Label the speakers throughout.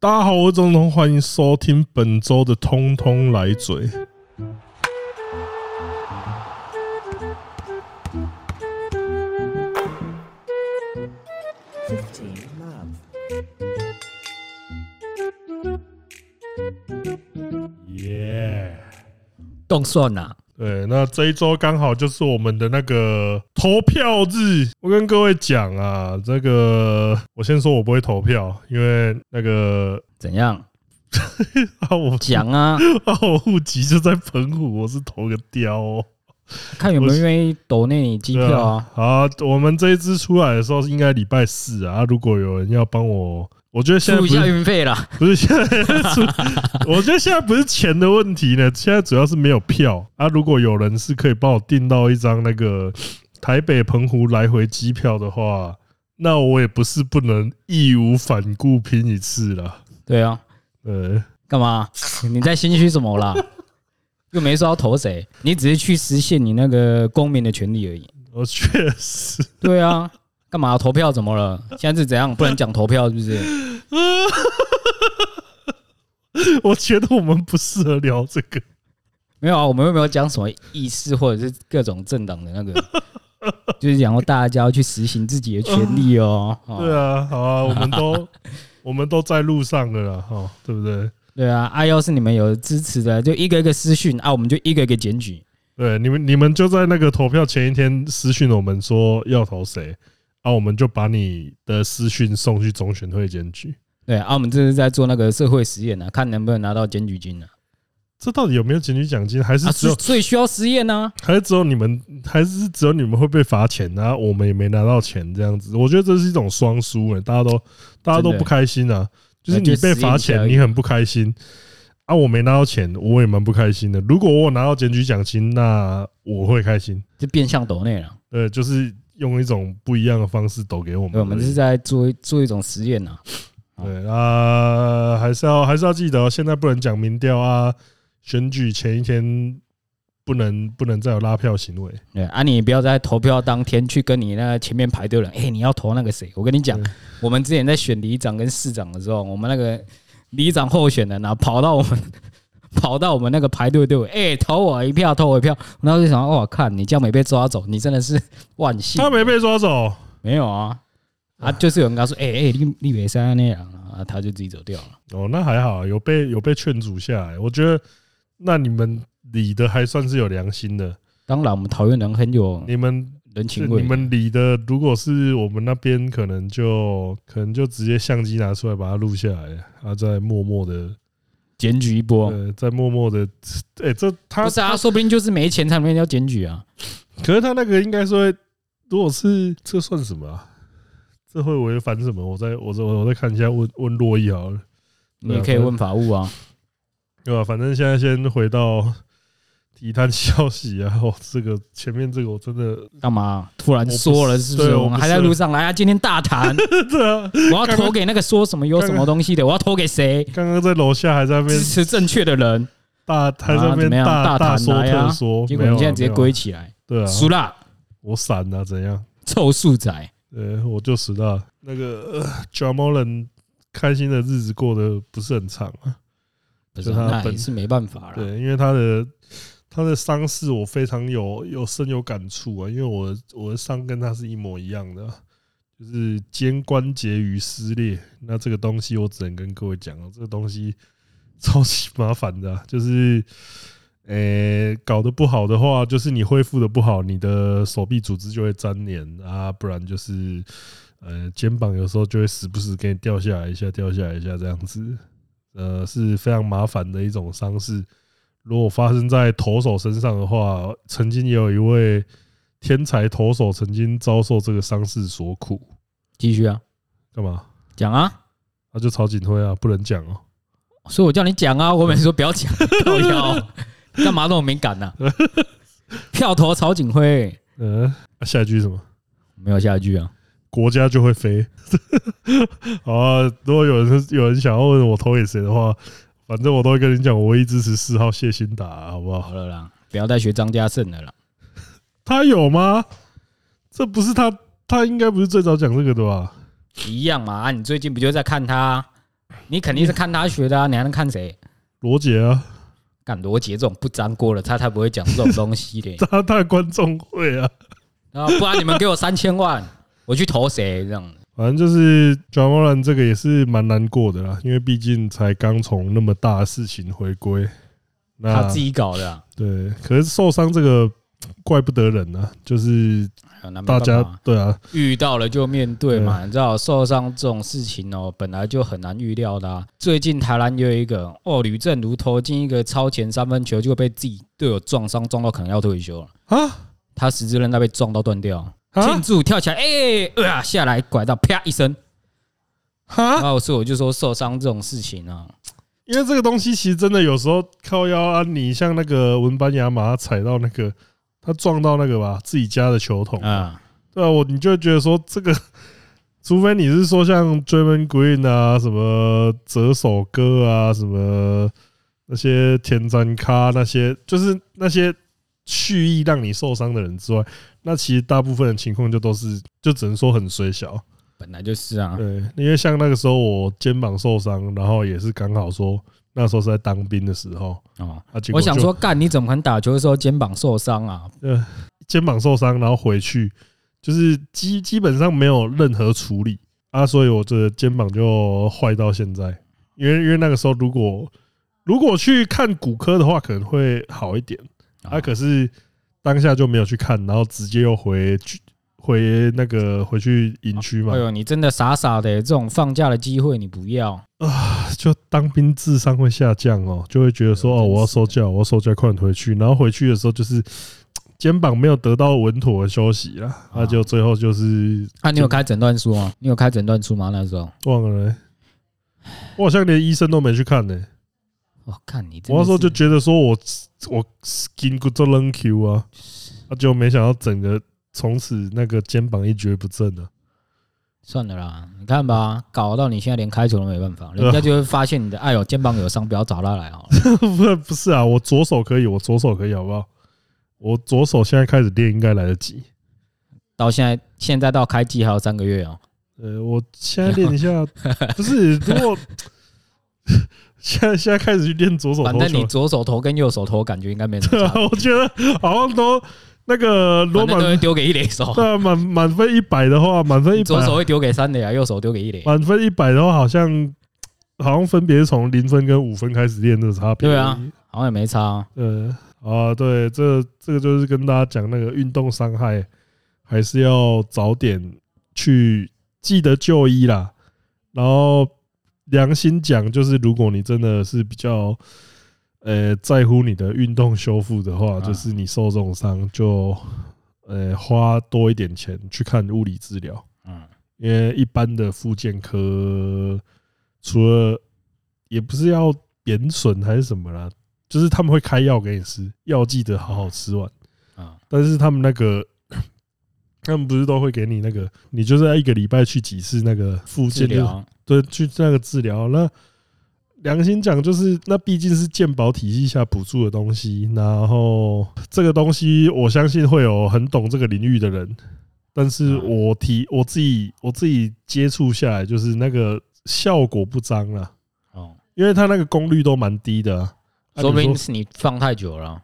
Speaker 1: 大家好，我是钟东，欢迎收听本周的《通通来嘴》。
Speaker 2: 15 love.
Speaker 1: 耶！
Speaker 3: 动算啊呐、
Speaker 1: 对，那这一周刚好就是我们的那个投票日。我跟各位讲啊，这个我先说我不会投票，因为那个
Speaker 3: 怎样
Speaker 1: 啊我
Speaker 3: 讲啊？
Speaker 1: 啊我户籍就在澎湖，我是投个雕哦。
Speaker 3: 看有没有人愿意抖那你机票啊？
Speaker 1: 好，我们这一支出来的时候应该礼拜四啊，如果有人要帮我。我觉得现在
Speaker 3: 付
Speaker 1: 不是
Speaker 3: 一下运费啦。
Speaker 1: 不是现在是，我觉得现在不是钱的问题呢，现在主要是没有票啊。如果有人是可以帮我订到一张那个台北澎湖来回机票的话，那我也不是不能义无反顾拼一次啦。
Speaker 3: 对啊，
Speaker 1: 呃，
Speaker 3: 干嘛？ 你在心虚什么啦？又没说要投谁，你只是去实现你那个公民的权利而已。
Speaker 1: 我确实，
Speaker 3: 对啊，干嘛投票怎么了？现在是怎样？不能讲投票是不是？
Speaker 1: 我觉得我们不适合聊这个。
Speaker 3: 没有啊，我们又没有讲什么意识或者是各种政党的那个， 就是讲说大家要去实行自己的权利哦。 哦
Speaker 1: 对啊，好啊，我们都我们都在路上了啦，哈，对不对？
Speaker 3: 对啊，啊，要是你们有支持的，就一个一个私讯啊，我们就一个一个检举。
Speaker 1: 对，你们你们就在那个投票前一天私讯我们说要投谁，啊，我们就把你的私讯送去总选会检举。
Speaker 3: 对啊，我们这是在做那个社会实验呢、啊，看能不能拿到检举金呢、
Speaker 1: 这到底有没有检举奖金？还
Speaker 3: 啊？
Speaker 1: 是
Speaker 3: 啊，
Speaker 1: 只
Speaker 3: 所
Speaker 1: 有、
Speaker 3: 以所以需要实验啊呢、
Speaker 1: 还是只有你们，还是只有你们会被罚钱啊？我们也没拿到钱，这样子，我觉得这是一种双输欸诶，大家都大家都
Speaker 3: 真的
Speaker 1: 不开心啊，就是
Speaker 3: 那就
Speaker 1: 你被
Speaker 3: 实验
Speaker 1: 罚
Speaker 3: 一下
Speaker 1: 钱，
Speaker 3: 而已
Speaker 1: 你很不开心。啊，我没拿到钱，我也蛮不开心的。如果我有拿到检举奖金，那我会开心。
Speaker 3: 就变相抖内了。
Speaker 1: 对，就是用一种不一样的方式抖给我们而已。
Speaker 3: 对，我们是在做做一种实验呢、啊
Speaker 1: 对啊，还是要还是要记得、哦，现在不能讲民调啊，选举前一天不能不能再有拉票行为。
Speaker 3: 对啊，你不要在投票当天去跟你那前面排队的人，哎、你要投那个谁？我跟你讲
Speaker 1: 对，
Speaker 3: 我们之前在选里长跟市长的时候，我们那个里长候选人啊，跑到我们跑到我们那个排队队伍，哎、投我一票，投我一票。然后就想，哇，看你这样没被抓走，你真的是万幸。啊
Speaker 1: 他没被抓走，
Speaker 3: 没有啊，啊，就是有人跟他说，哎、哎、你你别像那样啊，他就自己走掉了。
Speaker 1: 哦，那还好，有被有被劝阻下来。我觉得那你们理的还算是有良心的，
Speaker 3: 当然，我们桃园人很有
Speaker 1: 你们
Speaker 3: 人情味，
Speaker 1: 你们理的，如果是我们那边，可能就可能就直接相机拿出来把它录下来，啊，再默默的，
Speaker 3: 检举一波。
Speaker 1: 呃，再默默的，哎，这他
Speaker 3: 哦不是啊，说不定就是没钱才没人要检举啊。
Speaker 1: 可是他那个应该说，如果是这算什么啊？这会违反什么？我再我再我再看一下，问问洛伊好了，
Speaker 3: 你也可以问法务啊，
Speaker 1: 对吧、反正现在先回到体坛消息啊， 我这个前面这个我真的
Speaker 3: 干嘛突然说了是不是？
Speaker 1: 对
Speaker 3: 我
Speaker 1: 我
Speaker 3: 们
Speaker 1: 不
Speaker 3: 还
Speaker 1: 是
Speaker 3: 在路上来啊，今天 大谈，
Speaker 1: 对啊，
Speaker 3: 我要投给那个说什么有什么东西的，我要投给谁？
Speaker 1: 刚刚在楼下还在那边
Speaker 3: 支持正确的人，
Speaker 1: 大还在那
Speaker 3: 啊怎
Speaker 1: 边
Speaker 3: 么样
Speaker 1: 大
Speaker 3: 大
Speaker 1: 大
Speaker 3: 谈
Speaker 1: 说
Speaker 3: 来啊
Speaker 1: 特说，
Speaker 3: 结果
Speaker 1: 没有
Speaker 3: 你
Speaker 1: 啊
Speaker 3: 现在直接
Speaker 1: 没有啊
Speaker 3: 归起来，
Speaker 1: 对啊，
Speaker 3: 输啦，
Speaker 1: 我闪啊怎样？
Speaker 3: 臭素仔，
Speaker 1: 呃，我就知道那个 Jamolen 开心的日子过得不是很长啊。
Speaker 3: 不是
Speaker 1: 就他
Speaker 3: 啊那也
Speaker 1: 本
Speaker 3: 是没办法啦。
Speaker 1: 对，因为他的他的伤势我非常有有深有感触啊，因为我的我的伤跟他是一模一样的啊，就是肩关节与撕裂。那这个东西我只能跟各位讲哦，这个东西超级麻烦的啊、就是。呃、搞得不好的话，就是你恢复的不好，你的手臂组织就会粘连啊，不然就是呃肩膀有时候就会时不时给你掉下来一下，掉下来一下这样子。呃，是非常麻烦的一种伤势。如果发生在投手身上的话，曾经也有一位天才投手曾经遭受这个伤势所苦。
Speaker 3: 继续啊，
Speaker 1: 干嘛？
Speaker 3: 讲啊，
Speaker 1: 那、就曹景辉啊，不能讲哦、
Speaker 3: 所以我叫你讲啊，我每次说不要讲，靠腰，干嘛那么敏感呢、啊票投曹景辉，
Speaker 1: 呃，啊下一句是什么？
Speaker 3: 没有下一句啊，
Speaker 1: 国家就会飞。 好啊，如果有人有人想要问我投给谁的话，反正我都会跟你讲，我唯一支持四号谢欣达、好不好
Speaker 3: 好？了啦，不要再学张家胜了啦。
Speaker 1: 他有吗？这不是他，他应该不是最早讲这个的吧？
Speaker 3: 一样嘛，啊，你最近不就在看他？你肯定是看他学的啊，你还能看谁？
Speaker 1: 罗杰啊，
Speaker 3: 干罗杰这种不粘锅的，他才不会讲这种东西 的。
Speaker 1: 他他观众会啊，
Speaker 3: 啊，不然你们给我三千万，我去投谁这样的？
Speaker 1: 反正就是 John Moran 这个也是蛮难过的啦，因为毕竟才刚从那么大的事情回归，那
Speaker 3: 他自己搞的、啊，
Speaker 1: 对，可是受伤这个怪不得人啊，就是
Speaker 3: 啊那没
Speaker 1: 大
Speaker 3: 办
Speaker 1: 家
Speaker 3: 法啊
Speaker 1: 对啊，
Speaker 3: 遇到了就面对
Speaker 1: 对
Speaker 3: 嘛，你知道受伤这种事情哦，本来就很难预料的、啊。最近台南有一个哦，吕正如投进一个超前三分球，就被自己队友撞伤，撞到可能要退休了。
Speaker 1: 啊
Speaker 3: 他十字韧带被撞到断掉，庆
Speaker 1: 啊
Speaker 3: 祝跳起来，哎、呃啊下来拐到啪一声，然
Speaker 1: 啊！
Speaker 3: 后所以我就说受伤这种事情啊，
Speaker 1: 因为这个东西其实真的有时候靠腰啊，你像那个文班亚马他踩到那个，他撞到那个吧自己家的球桶，
Speaker 3: 啊，
Speaker 1: 对啊，我你就会觉得说这个，除非你是说像 Draymond Green 啊，什么折手哥啊，什么那些田战咖那些，就是那些蓄意让你受伤的人之外，那其实大部分的情况就都是，就只能说很水小。
Speaker 3: 本来就是啊，
Speaker 1: 对，因为像那个时候我肩膀受伤，然后也是刚好说那时候是在当兵的时候
Speaker 3: 哦，
Speaker 1: 啊，结果
Speaker 3: 我想
Speaker 1: 就
Speaker 3: 说干你怎么可能打球的时候肩膀受伤啊？
Speaker 1: 呃肩膀受伤，然后回去就是基基本上没有任何处理啊，所以我这肩膀就坏到现在。因为因为那个时候如果如果去看骨科的话，可能会好一点啊，可是当下就没有去看，然后直接又回去回那个回去营区嘛
Speaker 3: 哎，呦，你真的傻傻的、这种放假的机会你不要。
Speaker 1: 就当兵智商会下降哦，就会觉得说
Speaker 3: 对
Speaker 1: 哦，我要
Speaker 3: 哎真是
Speaker 1: 收假，我要收假，快点回去。然后回去的时候就是肩膀没有得到稳妥的休息啦，那
Speaker 3: 啊
Speaker 1: 就最后就是
Speaker 3: 啊，你有开诊断书吗？你有开诊断书吗？那时候，
Speaker 1: 忘了、欸，我好像连医生都没去看呢、
Speaker 3: 我看哦你真的是，
Speaker 1: 我那时候就觉得说我我 skin good 做 n Q 啊，啊，就没想到整个从此那个肩膀一蹶不振啊了、
Speaker 3: 算了啦，你看吧，搞到你现在连开球都没办 法，人家就会发现你的，哎呦，肩膀有伤，不要找他来哦好了。
Speaker 1: 不 不是啊，我左手可以，我左手可以，好不好？我左手现在开始练应该来得及。
Speaker 3: 到现在，现在到开季还有三个 月哦、
Speaker 1: 呃，我现在练一 下，不是如果 现在现在开始去练左手
Speaker 3: 反
Speaker 1: 投
Speaker 3: 正
Speaker 1: 球
Speaker 3: 你，左手投跟右手投感觉应该没什
Speaker 1: 对
Speaker 3: 么
Speaker 1: 啊
Speaker 3: 差，，
Speaker 1: 我觉得好像都那个罗
Speaker 3: 反正都会
Speaker 1: 满
Speaker 3: 丢给一垒 手，
Speaker 1: 对啊满满分一百的话，满分一百
Speaker 3: 左手会丢给三垒啊，右手丢给一垒。
Speaker 1: 满分一百的话，好像好像分别是从零分跟五分开始练的差别。
Speaker 3: 对啊，好像也没差、啊。
Speaker 1: 呃，啊，对，这这个就是跟大家讲那个运动伤害，还是要早点去记得就医啦。然后良心讲，就是如果你真的是比较呃在乎你的运动修复的话，
Speaker 3: 啊
Speaker 1: 就是你受这种伤就呃花多一点钱去看物理治疗。
Speaker 3: 嗯，
Speaker 1: 因为一般的复健科，除了也不是要贬损还是什么啦，就是他们会开药给你吃，药记得好好吃完。
Speaker 3: 啊，
Speaker 1: 但是他们那个， 他们不是都会给你那个，你就是要一个礼拜去几次那个复
Speaker 3: 治
Speaker 1: 健，就是
Speaker 3: 疗
Speaker 1: 对，去那个治疗。那良心讲，就是那毕竟是健保体系下补助的东西，然后这个东西我相信会有很懂这个领域的人，但是
Speaker 3: 嗯
Speaker 1: 我提我自己我自己接触下来，就是那个效果不彰啦，
Speaker 3: 哦，
Speaker 1: 因为它那个功率都蛮低的啊、啊
Speaker 3: 说不
Speaker 1: 你
Speaker 3: 定是你放太久了啊。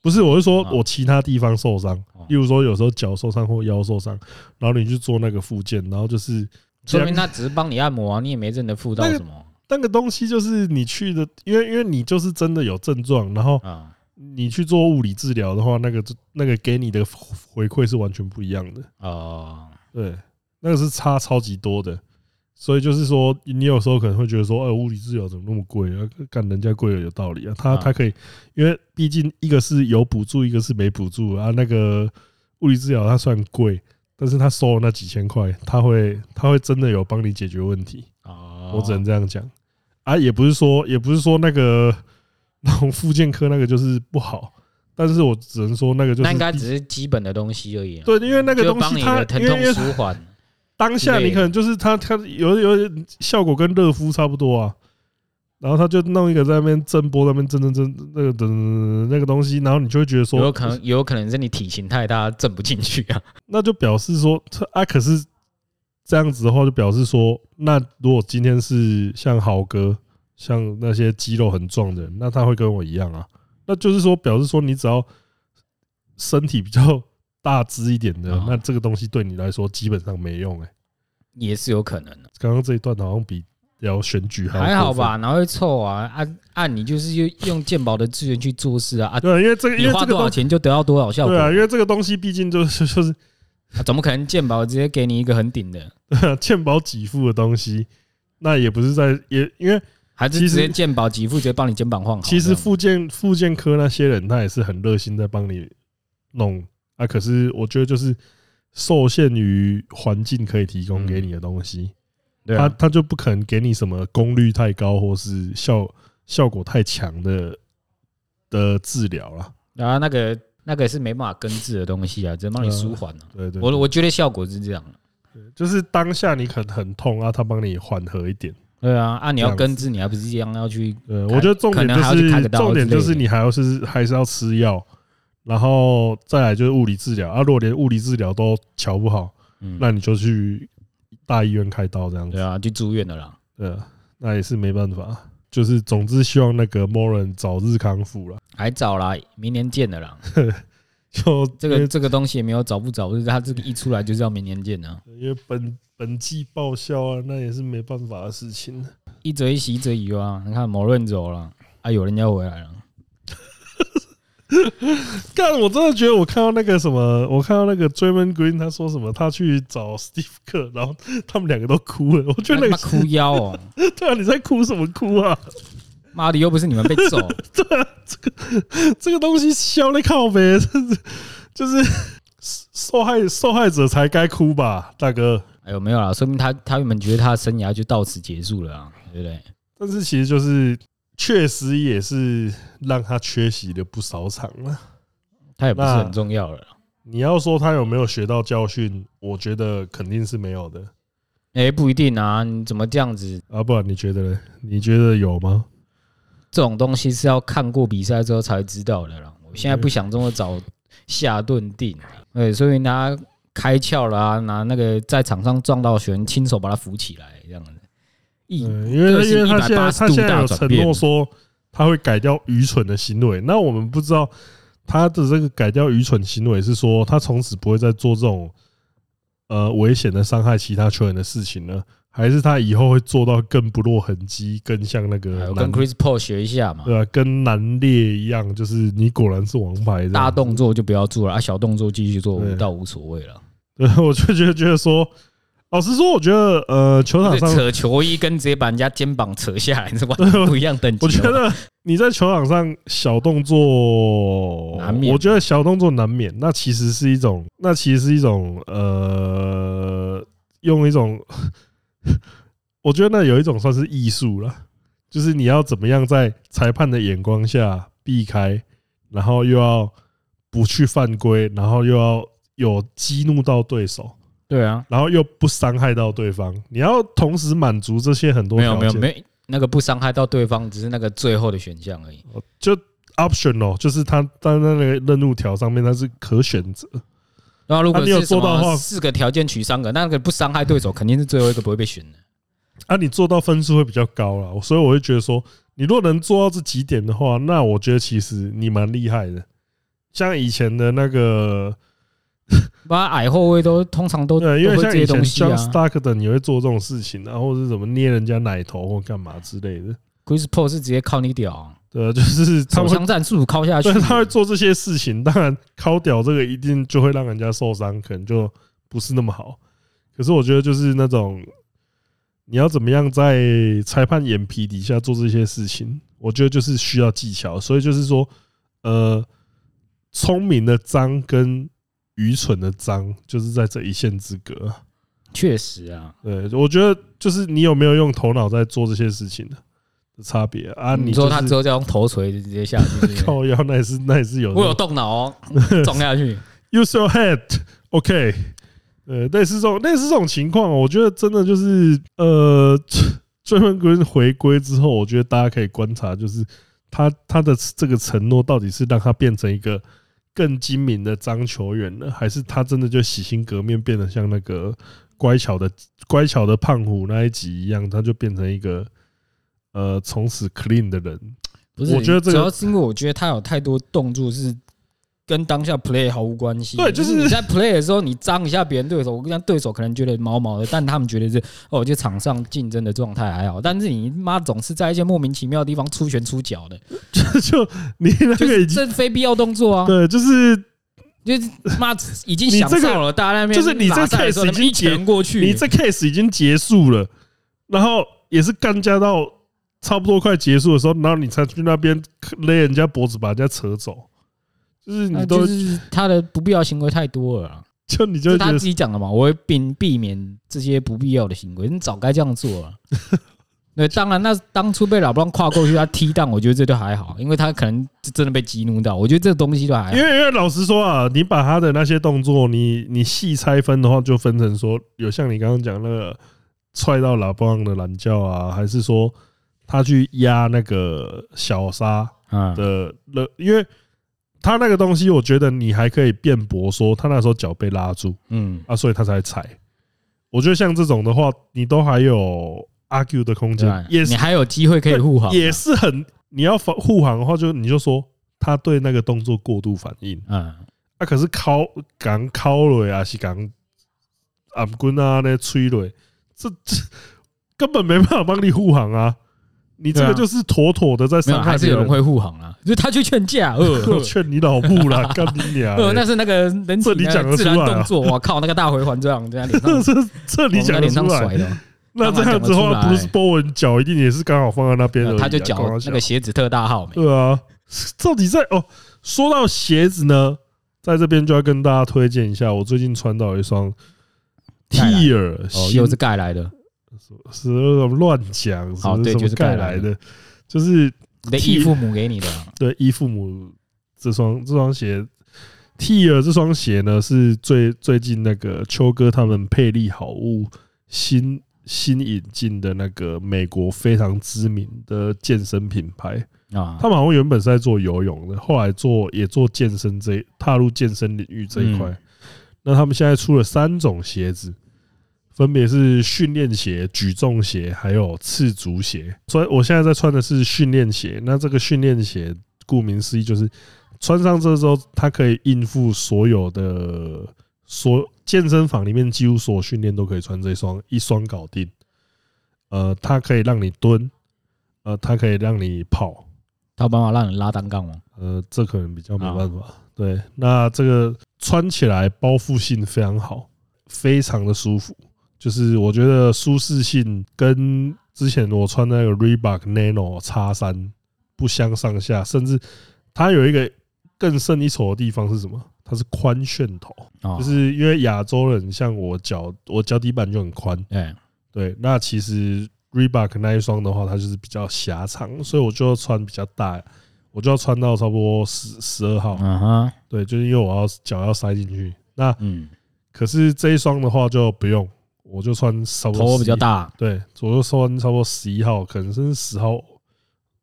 Speaker 1: 不是，我是说
Speaker 3: 啊
Speaker 1: 我其他地方受伤
Speaker 3: 哦，
Speaker 1: 例如说有时候脚受伤或腰受伤，然后你去做那个复健，然后就是
Speaker 3: 说明他只是帮你按摩啊，你也没真的付到
Speaker 1: 那个
Speaker 3: 什么
Speaker 1: 那个东西就是你去的，因为因为你就是真的有症状，然后
Speaker 3: 啊
Speaker 1: 你去做物理治疗的话，那个就那个给你的回馈是完全不一样的，
Speaker 3: 哦，
Speaker 1: 对，那个是差超级多的。所以就是说，你有时候可能会觉得说，哎，物理治疗怎么那么贵啊？干人家贵了有道理啊。他
Speaker 3: 啊
Speaker 1: 他可以，因为毕竟一个是有补助，一个是没补助啊。那个物理治疗它虽然贵，但是他收了那几千块，他会他会真的有帮你解决问题。
Speaker 3: 哦，
Speaker 1: 我只能这样讲啊，也不是说也不是说那个 那种复健科那个就是不好，但是我只能说那个就是
Speaker 3: 那应该只是基本的东西而已啊。
Speaker 1: 对，因为那个
Speaker 3: 就
Speaker 1: 东
Speaker 3: 帮
Speaker 1: 西
Speaker 3: 你
Speaker 1: 它
Speaker 3: 的疼
Speaker 1: 因为
Speaker 3: 痛
Speaker 1: 因为
Speaker 3: 舒缓。
Speaker 1: 当下你可能就是它它有有效果跟热敷差不多啊，然后他就弄一个在那边震波那边震震震那个等那个东西，然后你就会觉得说
Speaker 3: 有可能，有可能是你体型太大，震不进去啊。
Speaker 1: 那就表示说，这啊，可是这样子的话，就表示说，那如果今天是像豪哥，像那些肌肉很壮的人，那他会跟我一样啊。那就是说，表示说你只要身体比较 大只一点的，
Speaker 3: 哦
Speaker 1: 那这个东西对你来说基本上没用哎、
Speaker 3: 也是有可能的，
Speaker 1: 刚刚这一段好像比聊选举 还要
Speaker 3: 还好
Speaker 1: 过分？
Speaker 3: 吧？哪会臭啊？按按你就是用用健保的资源去做事啊啊！
Speaker 1: 对，因为这个，因
Speaker 3: 你
Speaker 1: 为
Speaker 3: 花
Speaker 1: 这个
Speaker 3: 多少
Speaker 1: 东西，
Speaker 3: 钱就得到多少效果
Speaker 1: 对，啊，因为这个东西毕竟就是就是
Speaker 3: 啊怎么可能健保直接给你一个很顶的？
Speaker 1: 欠保给付的东西，那也不是在也因为
Speaker 3: 还是
Speaker 1: 其
Speaker 3: 直
Speaker 1: 实
Speaker 3: 接健保给付，直接帮你肩膀晃好？
Speaker 1: 其
Speaker 3: 这
Speaker 1: 实
Speaker 3: 样
Speaker 1: 复健复健科那些人他也是很热心在帮你弄啊，可是我觉得就是受限于环境可以提供给你的东西，
Speaker 3: 嗯对
Speaker 1: 他
Speaker 3: 啊，
Speaker 1: 他就不可能给你什么功率太高或是效效果太强的的治疗啦。
Speaker 3: 然啊后那个那个是没办法根治的东西啊，只能帮你舒缓啊。
Speaker 1: 对对
Speaker 3: 我
Speaker 1: 对
Speaker 3: 我觉得效果是这样的，
Speaker 1: 就是当下你可能很痛啊，他帮你缓和一点。
Speaker 3: 对啊，啊你
Speaker 1: 这
Speaker 3: 要
Speaker 1: 样子
Speaker 3: 根治，你还不是一样要去
Speaker 1: 呃，
Speaker 3: 开
Speaker 1: 我觉得重点
Speaker 3: 可能还要去
Speaker 1: 就
Speaker 3: 开
Speaker 1: 是
Speaker 3: 个刀之类的
Speaker 1: 重点就是你还要是还是要吃药，然后再来就是物理治疗啊。如果连物理治疗都瞧不好，
Speaker 3: 嗯，
Speaker 1: 那你就去大医院开刀这样
Speaker 3: 对
Speaker 1: 子。
Speaker 3: 啊，去住院的啦。
Speaker 1: 对，啊那也是没办法。就是总之希望那个 Moran 早日康复了。
Speaker 3: 还早啦，明年见的啦。
Speaker 1: 就
Speaker 3: 这
Speaker 1: 因
Speaker 3: 个
Speaker 1: 为
Speaker 3: 这个东西也没有早不早，就是它这个一出来就是要明年见啊。
Speaker 1: 因为本本季报销啊，那也是没办法的事情。
Speaker 3: 一则一喜，一则一忧啊。你看某润走了，啊，有人要回来了。
Speaker 1: 干，我真的觉得我看到那个什么，我看到那个 d r a m o n Green 他说什么，他去找 Steve 克，然后他们两个都哭了。我觉得那
Speaker 3: 他
Speaker 1: 个
Speaker 3: 哭腰哦，
Speaker 1: 对啊，你在哭什么哭啊？
Speaker 3: 妈的，又不是你们被揍，
Speaker 1: 这个东西消的靠 呗，真是就是受害受害者才该哭吧，大哥。
Speaker 3: 哎呦没有啦，说明他他原本觉得他的生涯就到此结束了啊，对不对？
Speaker 1: 但是其实就是确实也是让他缺席了不少场了。
Speaker 3: 他也不是
Speaker 1: 那
Speaker 3: 很重要了啦。
Speaker 1: 你要说他有没有学到教训，我觉得肯定是没有的
Speaker 3: 哎，不一定啊，你怎么这样子？
Speaker 1: 啊。不然你觉得呢？你觉得有吗？
Speaker 3: 这种东西是要看过比赛之后才知道的啦。我现在不想这么早下顿定，啊对，所以拿开窍了啊，拿那个在场上撞到的球员，亲手把他扶起来，这样子。一
Speaker 1: 嗯，因为
Speaker 3: 个
Speaker 1: 因
Speaker 3: 性
Speaker 1: 为他现在
Speaker 3: 180
Speaker 1: 他现
Speaker 3: 度
Speaker 1: 在
Speaker 3: 大
Speaker 1: 有
Speaker 3: 转
Speaker 1: 承
Speaker 3: 变
Speaker 1: 诺说他会改掉愚蠢的行为，那我们不知道他的这个改掉愚蠢行为是说他从此不会再做这种呃危险的伤害其他球员的事情呢，还是他以后会做到更不落痕迹，更像那
Speaker 3: 还
Speaker 1: 个
Speaker 3: 有
Speaker 1: 南
Speaker 3: 啊跟 Chris Paul 学一下嘛，
Speaker 1: 对啊，跟南烈一样，就是你果然是王牌这样
Speaker 3: 大
Speaker 1: 子
Speaker 3: 动作就不要做了啊，小动作继续做，
Speaker 1: 对
Speaker 3: 我倒无所谓 了。
Speaker 1: 对，我就觉得觉得说，老实说，我觉得呃球场上
Speaker 3: 扯球衣跟直接把人家肩膀扯下来是完全不一样等级
Speaker 1: 我
Speaker 3: 哦
Speaker 1: 觉
Speaker 3: 的嘛。
Speaker 1: 得你在球场上小动作
Speaker 3: 难免
Speaker 1: 我觉得小动作难免。那其实是一种，那其实是一种呃，用一种， 我觉得那有一种算是艺术了，就是你要怎么样在裁判的眼光下避开，然后又要不去犯规，然后又要有激怒到对手。
Speaker 3: 对啊，
Speaker 1: 然后又不伤害到对方，你要同时满足这些很多
Speaker 3: 没有
Speaker 1: 条
Speaker 3: 没有
Speaker 1: 件，
Speaker 3: 没有那个不伤害到对方，只是那个最后的选项而已。
Speaker 1: 就 optional，就是他他那个任务条上面它是可选择，
Speaker 3: 然后如
Speaker 1: 啊
Speaker 3: 果
Speaker 1: 你有
Speaker 3: 是什
Speaker 1: 做到的话
Speaker 3: 么四个条件取三个，那个不伤害对手，肯定是最后一个不会被选 的。
Speaker 1: 啊，你做到分数会比较高啦，所以我会觉得说，你若能做到这几点的话，那我觉得其实你蛮厉害的。像以前的那个，
Speaker 3: 不然矮后卫都通常 都
Speaker 1: 对，因为
Speaker 3: 都会
Speaker 1: 像
Speaker 3: 这些
Speaker 1: 以前
Speaker 3: 东西
Speaker 1: John
Speaker 3: 啊。
Speaker 1: Stockton 也会做这种事情啊，或者是怎么捏人家奶头或干嘛之类的，
Speaker 3: Chris Paul 是直接靠你屌啊，
Speaker 1: 对，就是他
Speaker 3: 手
Speaker 1: 们会
Speaker 3: 枪战术靠啊下去
Speaker 1: 对，，他会做这些事情，当然敲屌这个一定就会让人家受伤，可能就不是那么好。可是我觉得就是那种你要怎么样在裁判眼皮底下做这些事情，我觉得就是需要技巧。所以就是说，呃，聪明的脏跟愚蠢的脏，就是在这一线之隔啊。
Speaker 3: 确实啊。
Speaker 1: 对，我觉得就是你有没有用头脑在做这些事情的的差别啊？你
Speaker 3: 嗯你
Speaker 1: 就
Speaker 3: 说他
Speaker 1: 是
Speaker 3: 之后再用头锤直接下去，是不 是
Speaker 1: 靠腰，那也是那也是有那
Speaker 3: 我
Speaker 1: 个
Speaker 3: 有动脑 哦，撞下去。
Speaker 1: use your head。OK，呃，类似这种类似这种情况，我觉得真的就是呃， 追梦 Green 回归之后，我觉得大家可以观察，就是他他的这个承诺到底是让他变成一个更精明的张球员呢，还是他真的就洗心革面变得像那个乖巧的乖巧的胖虎那一集一样，他就变成一个呃从此 clean 的人。
Speaker 3: 不是，
Speaker 1: 我觉得这个
Speaker 3: 主要是因为我觉得他有太多动作是跟当下 play 毫无关系。
Speaker 1: 对就是
Speaker 3: 你在 play 的时候，你脏一下别人对手，我跟你讲，对手可能觉得毛毛的，但他们觉得是哦，就场上竞争的状态还好。但是你妈总是在一些莫名其妙的地方出拳出脚的，
Speaker 1: 就就你那
Speaker 3: 就
Speaker 1: 个
Speaker 3: 是
Speaker 1: 已经
Speaker 3: 这非必要动作啊，
Speaker 1: 对，就是
Speaker 3: 就是妈已经享受了，大家在那边
Speaker 1: 就是你这
Speaker 3: 拉赛的时候
Speaker 1: case 已
Speaker 3: 他们一
Speaker 1: 经结
Speaker 3: 拳过去，
Speaker 1: 你这 case 已经结束了，然后也是干架到差不多快结束的时候，然后你才去那边勒人家脖子，把人家扯走，就是
Speaker 3: 那
Speaker 1: 你
Speaker 3: 啊就
Speaker 1: 都
Speaker 3: 是他的不必要行为太多了啊。
Speaker 1: 就你就
Speaker 3: 这
Speaker 1: 会
Speaker 3: 他
Speaker 1: 觉
Speaker 3: 自
Speaker 1: 得
Speaker 3: 己讲的嘛，我会避避免这些不必要的行为，你早该这样做 了。对，当然，那当初被老布朗跨过去，他踢蛋，我觉得这就还好，因为他可能真的被激怒到，我觉得这东西都还好
Speaker 1: 因。为因为老实说啊，你把他的那些动作，你你细拆分的话，就分成说有像你刚刚讲那个踹到老布朗的懒觉啊，还是说他去压那个小沙
Speaker 3: 嗯，
Speaker 1: 的了，因为他那个东西，我觉得你还可以辩驳说他那时候脚被拉住
Speaker 3: 嗯，
Speaker 1: 啊，所以他才踩。我觉得像这种的话，你都还有 argue 的空
Speaker 3: 对
Speaker 1: 间
Speaker 3: 啊，
Speaker 1: 也
Speaker 3: 你
Speaker 1: 是
Speaker 3: 还有机会可以护啊好。
Speaker 1: 也是很你要防护航的话，就你就说他对那个动作过度反应。
Speaker 3: 嗯，
Speaker 1: 啊，可是敲讲敲落啊，还是讲暗棍啊，那吹落，这这根本没办法帮你护航啊！你这
Speaker 3: 对
Speaker 1: 个
Speaker 3: 啊
Speaker 1: 就是妥妥的在
Speaker 3: 没有，
Speaker 1: 伤害
Speaker 3: 还是
Speaker 1: 别
Speaker 3: 有人
Speaker 1: 人。
Speaker 3: 会护航啊，就是他去劝架，呃
Speaker 1: 我劝你老母 啦，干你娘
Speaker 3: 呃，那
Speaker 1: 欸！
Speaker 3: 是那个人体
Speaker 1: 这你
Speaker 3: 那
Speaker 1: 讲
Speaker 3: 个
Speaker 1: 得
Speaker 3: 自
Speaker 1: 出
Speaker 3: 然
Speaker 1: 来啊
Speaker 3: 动作，我靠，那个大回环这样在脸上
Speaker 1: 这，这这 你
Speaker 3: 往人家
Speaker 1: 讲得
Speaker 3: 脸
Speaker 1: 出
Speaker 3: 上
Speaker 1: 来，
Speaker 3: 甩的，
Speaker 1: 那这样子的
Speaker 3: 当然讲得出来
Speaker 1: 话，不是波纹脚一定也是刚好放在那边而已啊。
Speaker 3: 他就
Speaker 1: 开
Speaker 3: 脚
Speaker 1: 玩
Speaker 3: 那
Speaker 1: 笑
Speaker 3: 个鞋子特大号没？
Speaker 1: 对啊，到底在哦？说到鞋子呢，在这边就要跟大家推荐一下，我最近穿到一双
Speaker 3: 盖来
Speaker 1: Tier
Speaker 3: 哦，
Speaker 1: 新
Speaker 3: 又是盖来的，
Speaker 1: 是乱讲，什
Speaker 3: 好
Speaker 1: 么
Speaker 3: 对
Speaker 1: 什
Speaker 3: 就
Speaker 1: 么
Speaker 3: 是
Speaker 1: 盖
Speaker 3: 盖来
Speaker 1: 来的，就是
Speaker 3: 你的义父母给你的啊。
Speaker 1: 对依父母这双这双鞋，T 尔这双鞋呢是最最近那个秋哥他们配力好物新新引进的那个美国非常知名的健身品牌，
Speaker 3: 啊，
Speaker 1: 他们好像原本是在做游泳的，后来做也做健身这一踏入健身领域这一块
Speaker 3: 嗯，
Speaker 1: 那他们现在出了三种鞋子，分别是训练鞋、举重鞋，还有赤足鞋。所以我现在在穿的是训练鞋。那这个训练鞋，顾名思义就是穿上这之后，它可以应付所有的所健身房里面几乎所有训练都可以穿这一双，一双搞定。呃，它可以让你蹲，呃，它可以让你跑，
Speaker 3: 他有办法让你拉单杠吗？
Speaker 1: 呃，这可能比较没办法。对，那这个穿起来包覆性非常好，非常的舒服。就是我觉得舒适性跟之前我穿那个 Reebok Nano X 三不相上下，甚至它有一个更胜一筹的地方是什么？它是宽楦头，
Speaker 3: 啊，
Speaker 1: 就是因为亚洲人像我脚，我脚底板就很宽，
Speaker 3: 对，
Speaker 1: 对，那其实 Reebok 那一双的话，它就是比较狭长，所以我就要穿比较大，我就要穿到差不多十十二号。
Speaker 3: 嗯哼，
Speaker 1: 对，就是因为我要脚要塞进去。那
Speaker 3: 嗯，
Speaker 1: 可是这一双的话就不用，我就穿差不多
Speaker 3: 头比较
Speaker 1: 11，
Speaker 3: 大，
Speaker 1: 对，我就穿差不多十一号，可能是十号。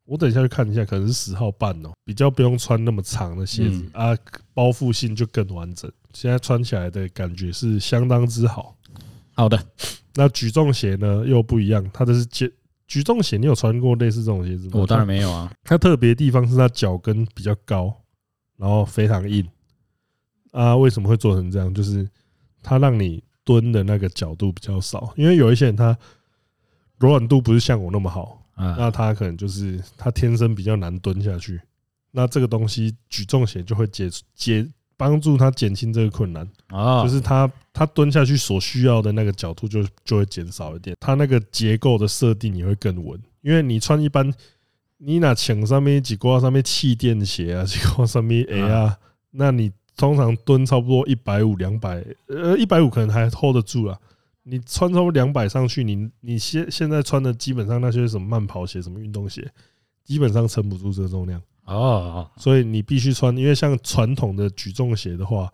Speaker 1: 我等一下去看一下，可能是十号半哦，比较不用穿那么长的鞋子、
Speaker 3: 嗯
Speaker 1: 啊，包覆性就更完整。现在穿起来的感觉是相当之好。
Speaker 3: 好的，
Speaker 1: 那举重鞋呢又不一样，它的是举举重鞋，你有穿过类似这种鞋子吗？
Speaker 3: 我当然没有啊，
Speaker 1: 它。它特别的地方是它脚跟比较高，然后非常硬。啊，为什么会做成这样？就是它让你蹲的那个角度比较少，因为有一些人他柔软度不是像我那么好，
Speaker 3: 啊，
Speaker 1: 那他可能就是他天生比较难蹲下去。那这个东西举重鞋就会解解帮助他减轻这个困难。
Speaker 3: 哦，
Speaker 1: 就是它它蹲下去所需要的那个角度就就会减少一点，它那个结构的设定也会更稳。因为你穿一般，你拿请上面几挂上面气垫鞋啊，几挂上面 A 啊，那你通常蹲差不多一百五、两百，呃，一百五可能还 hold 得住啊。你穿超过两百上去，你你现现在穿的基本上那些什么慢跑鞋、什么运动鞋，基本上撑不住这个重量。
Speaker 3: 哦，
Speaker 1: 所以你必须穿，因为像传统的举重鞋的话，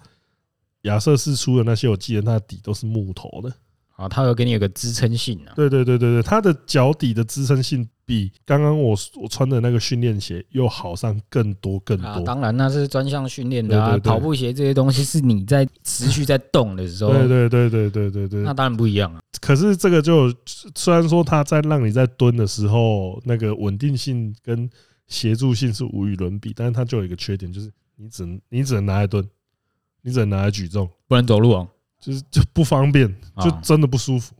Speaker 1: 亚瑟士出的那些，我记得它的底都是木头的。
Speaker 3: 哦啊，他有给你有个支撑性啊，
Speaker 1: 对对对对对，它的脚底的支撑性比刚刚我我穿的那个训练鞋又好上更多更
Speaker 3: 啊，
Speaker 1: 多。
Speaker 3: 当然那是专项训练的啊，
Speaker 1: 对对对
Speaker 3: 跑步鞋这些东西是你在持续在动的时候，
Speaker 1: 对对对对对对对
Speaker 3: 那。当然不一样啊。
Speaker 1: 可是这个就虽然说它在让你在蹲的时候，那个稳定性跟协助性是无与伦比，但是它就有一个缺点，就是你只能你只能拿来蹲，你只能拿来举重，
Speaker 3: 不能走路哦，
Speaker 1: 就是就不方便，
Speaker 3: 啊
Speaker 1: 就真的不舒服。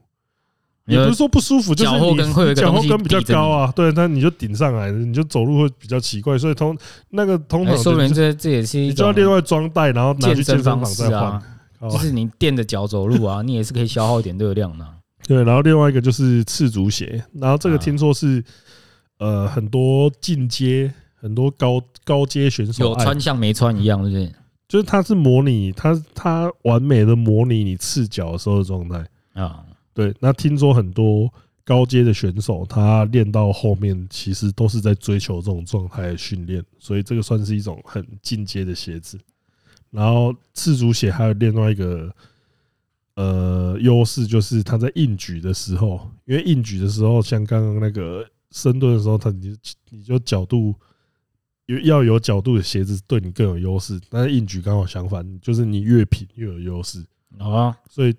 Speaker 3: 你
Speaker 1: 也
Speaker 3: 就
Speaker 1: 不是说不舒服，就是
Speaker 3: 脚后
Speaker 1: 你
Speaker 3: 跟会有一个
Speaker 1: 脚后
Speaker 3: 东西
Speaker 1: 跟比较
Speaker 3: 抵着你
Speaker 1: 高啊，对，那你就顶上来，你就走路会比较奇怪，所以通那个通常
Speaker 3: 哎说明
Speaker 1: 就
Speaker 3: 这这也是一
Speaker 1: 你就要
Speaker 3: 种
Speaker 1: 另外装袋，然后拿去
Speaker 3: 健
Speaker 1: 健
Speaker 3: 身
Speaker 1: 身房
Speaker 3: 方
Speaker 1: 再
Speaker 3: 式
Speaker 1: 换
Speaker 3: 啊。，
Speaker 1: 好
Speaker 3: 就
Speaker 1: 吧
Speaker 3: 是你垫着脚走 路啊，你也是可以消耗一点热量的啊。
Speaker 1: 对，然后另外一个就是赤足鞋，然后这个听说是呃很多进阶、很多高高阶选手
Speaker 3: 有
Speaker 1: 爱
Speaker 3: 穿像没穿一样，是不是？
Speaker 1: 就是它是模拟它它完美的模拟你赤脚的时候的状态。
Speaker 3: 啊，
Speaker 1: 对，那听说很多高阶的选手，他练到后面其实都是在追求这种状态的训练，所以这个算是一种很进阶的鞋子。然后赤足鞋还有另外一个呃优势，就是他在硬举的时候，因为硬举的时候，像刚刚那个深蹲的时候，他你就你就角度。有要有角度的鞋子对你更有优势，但是硬举刚好相反，就是你越平越有优势。
Speaker 3: 好啊，
Speaker 1: 所以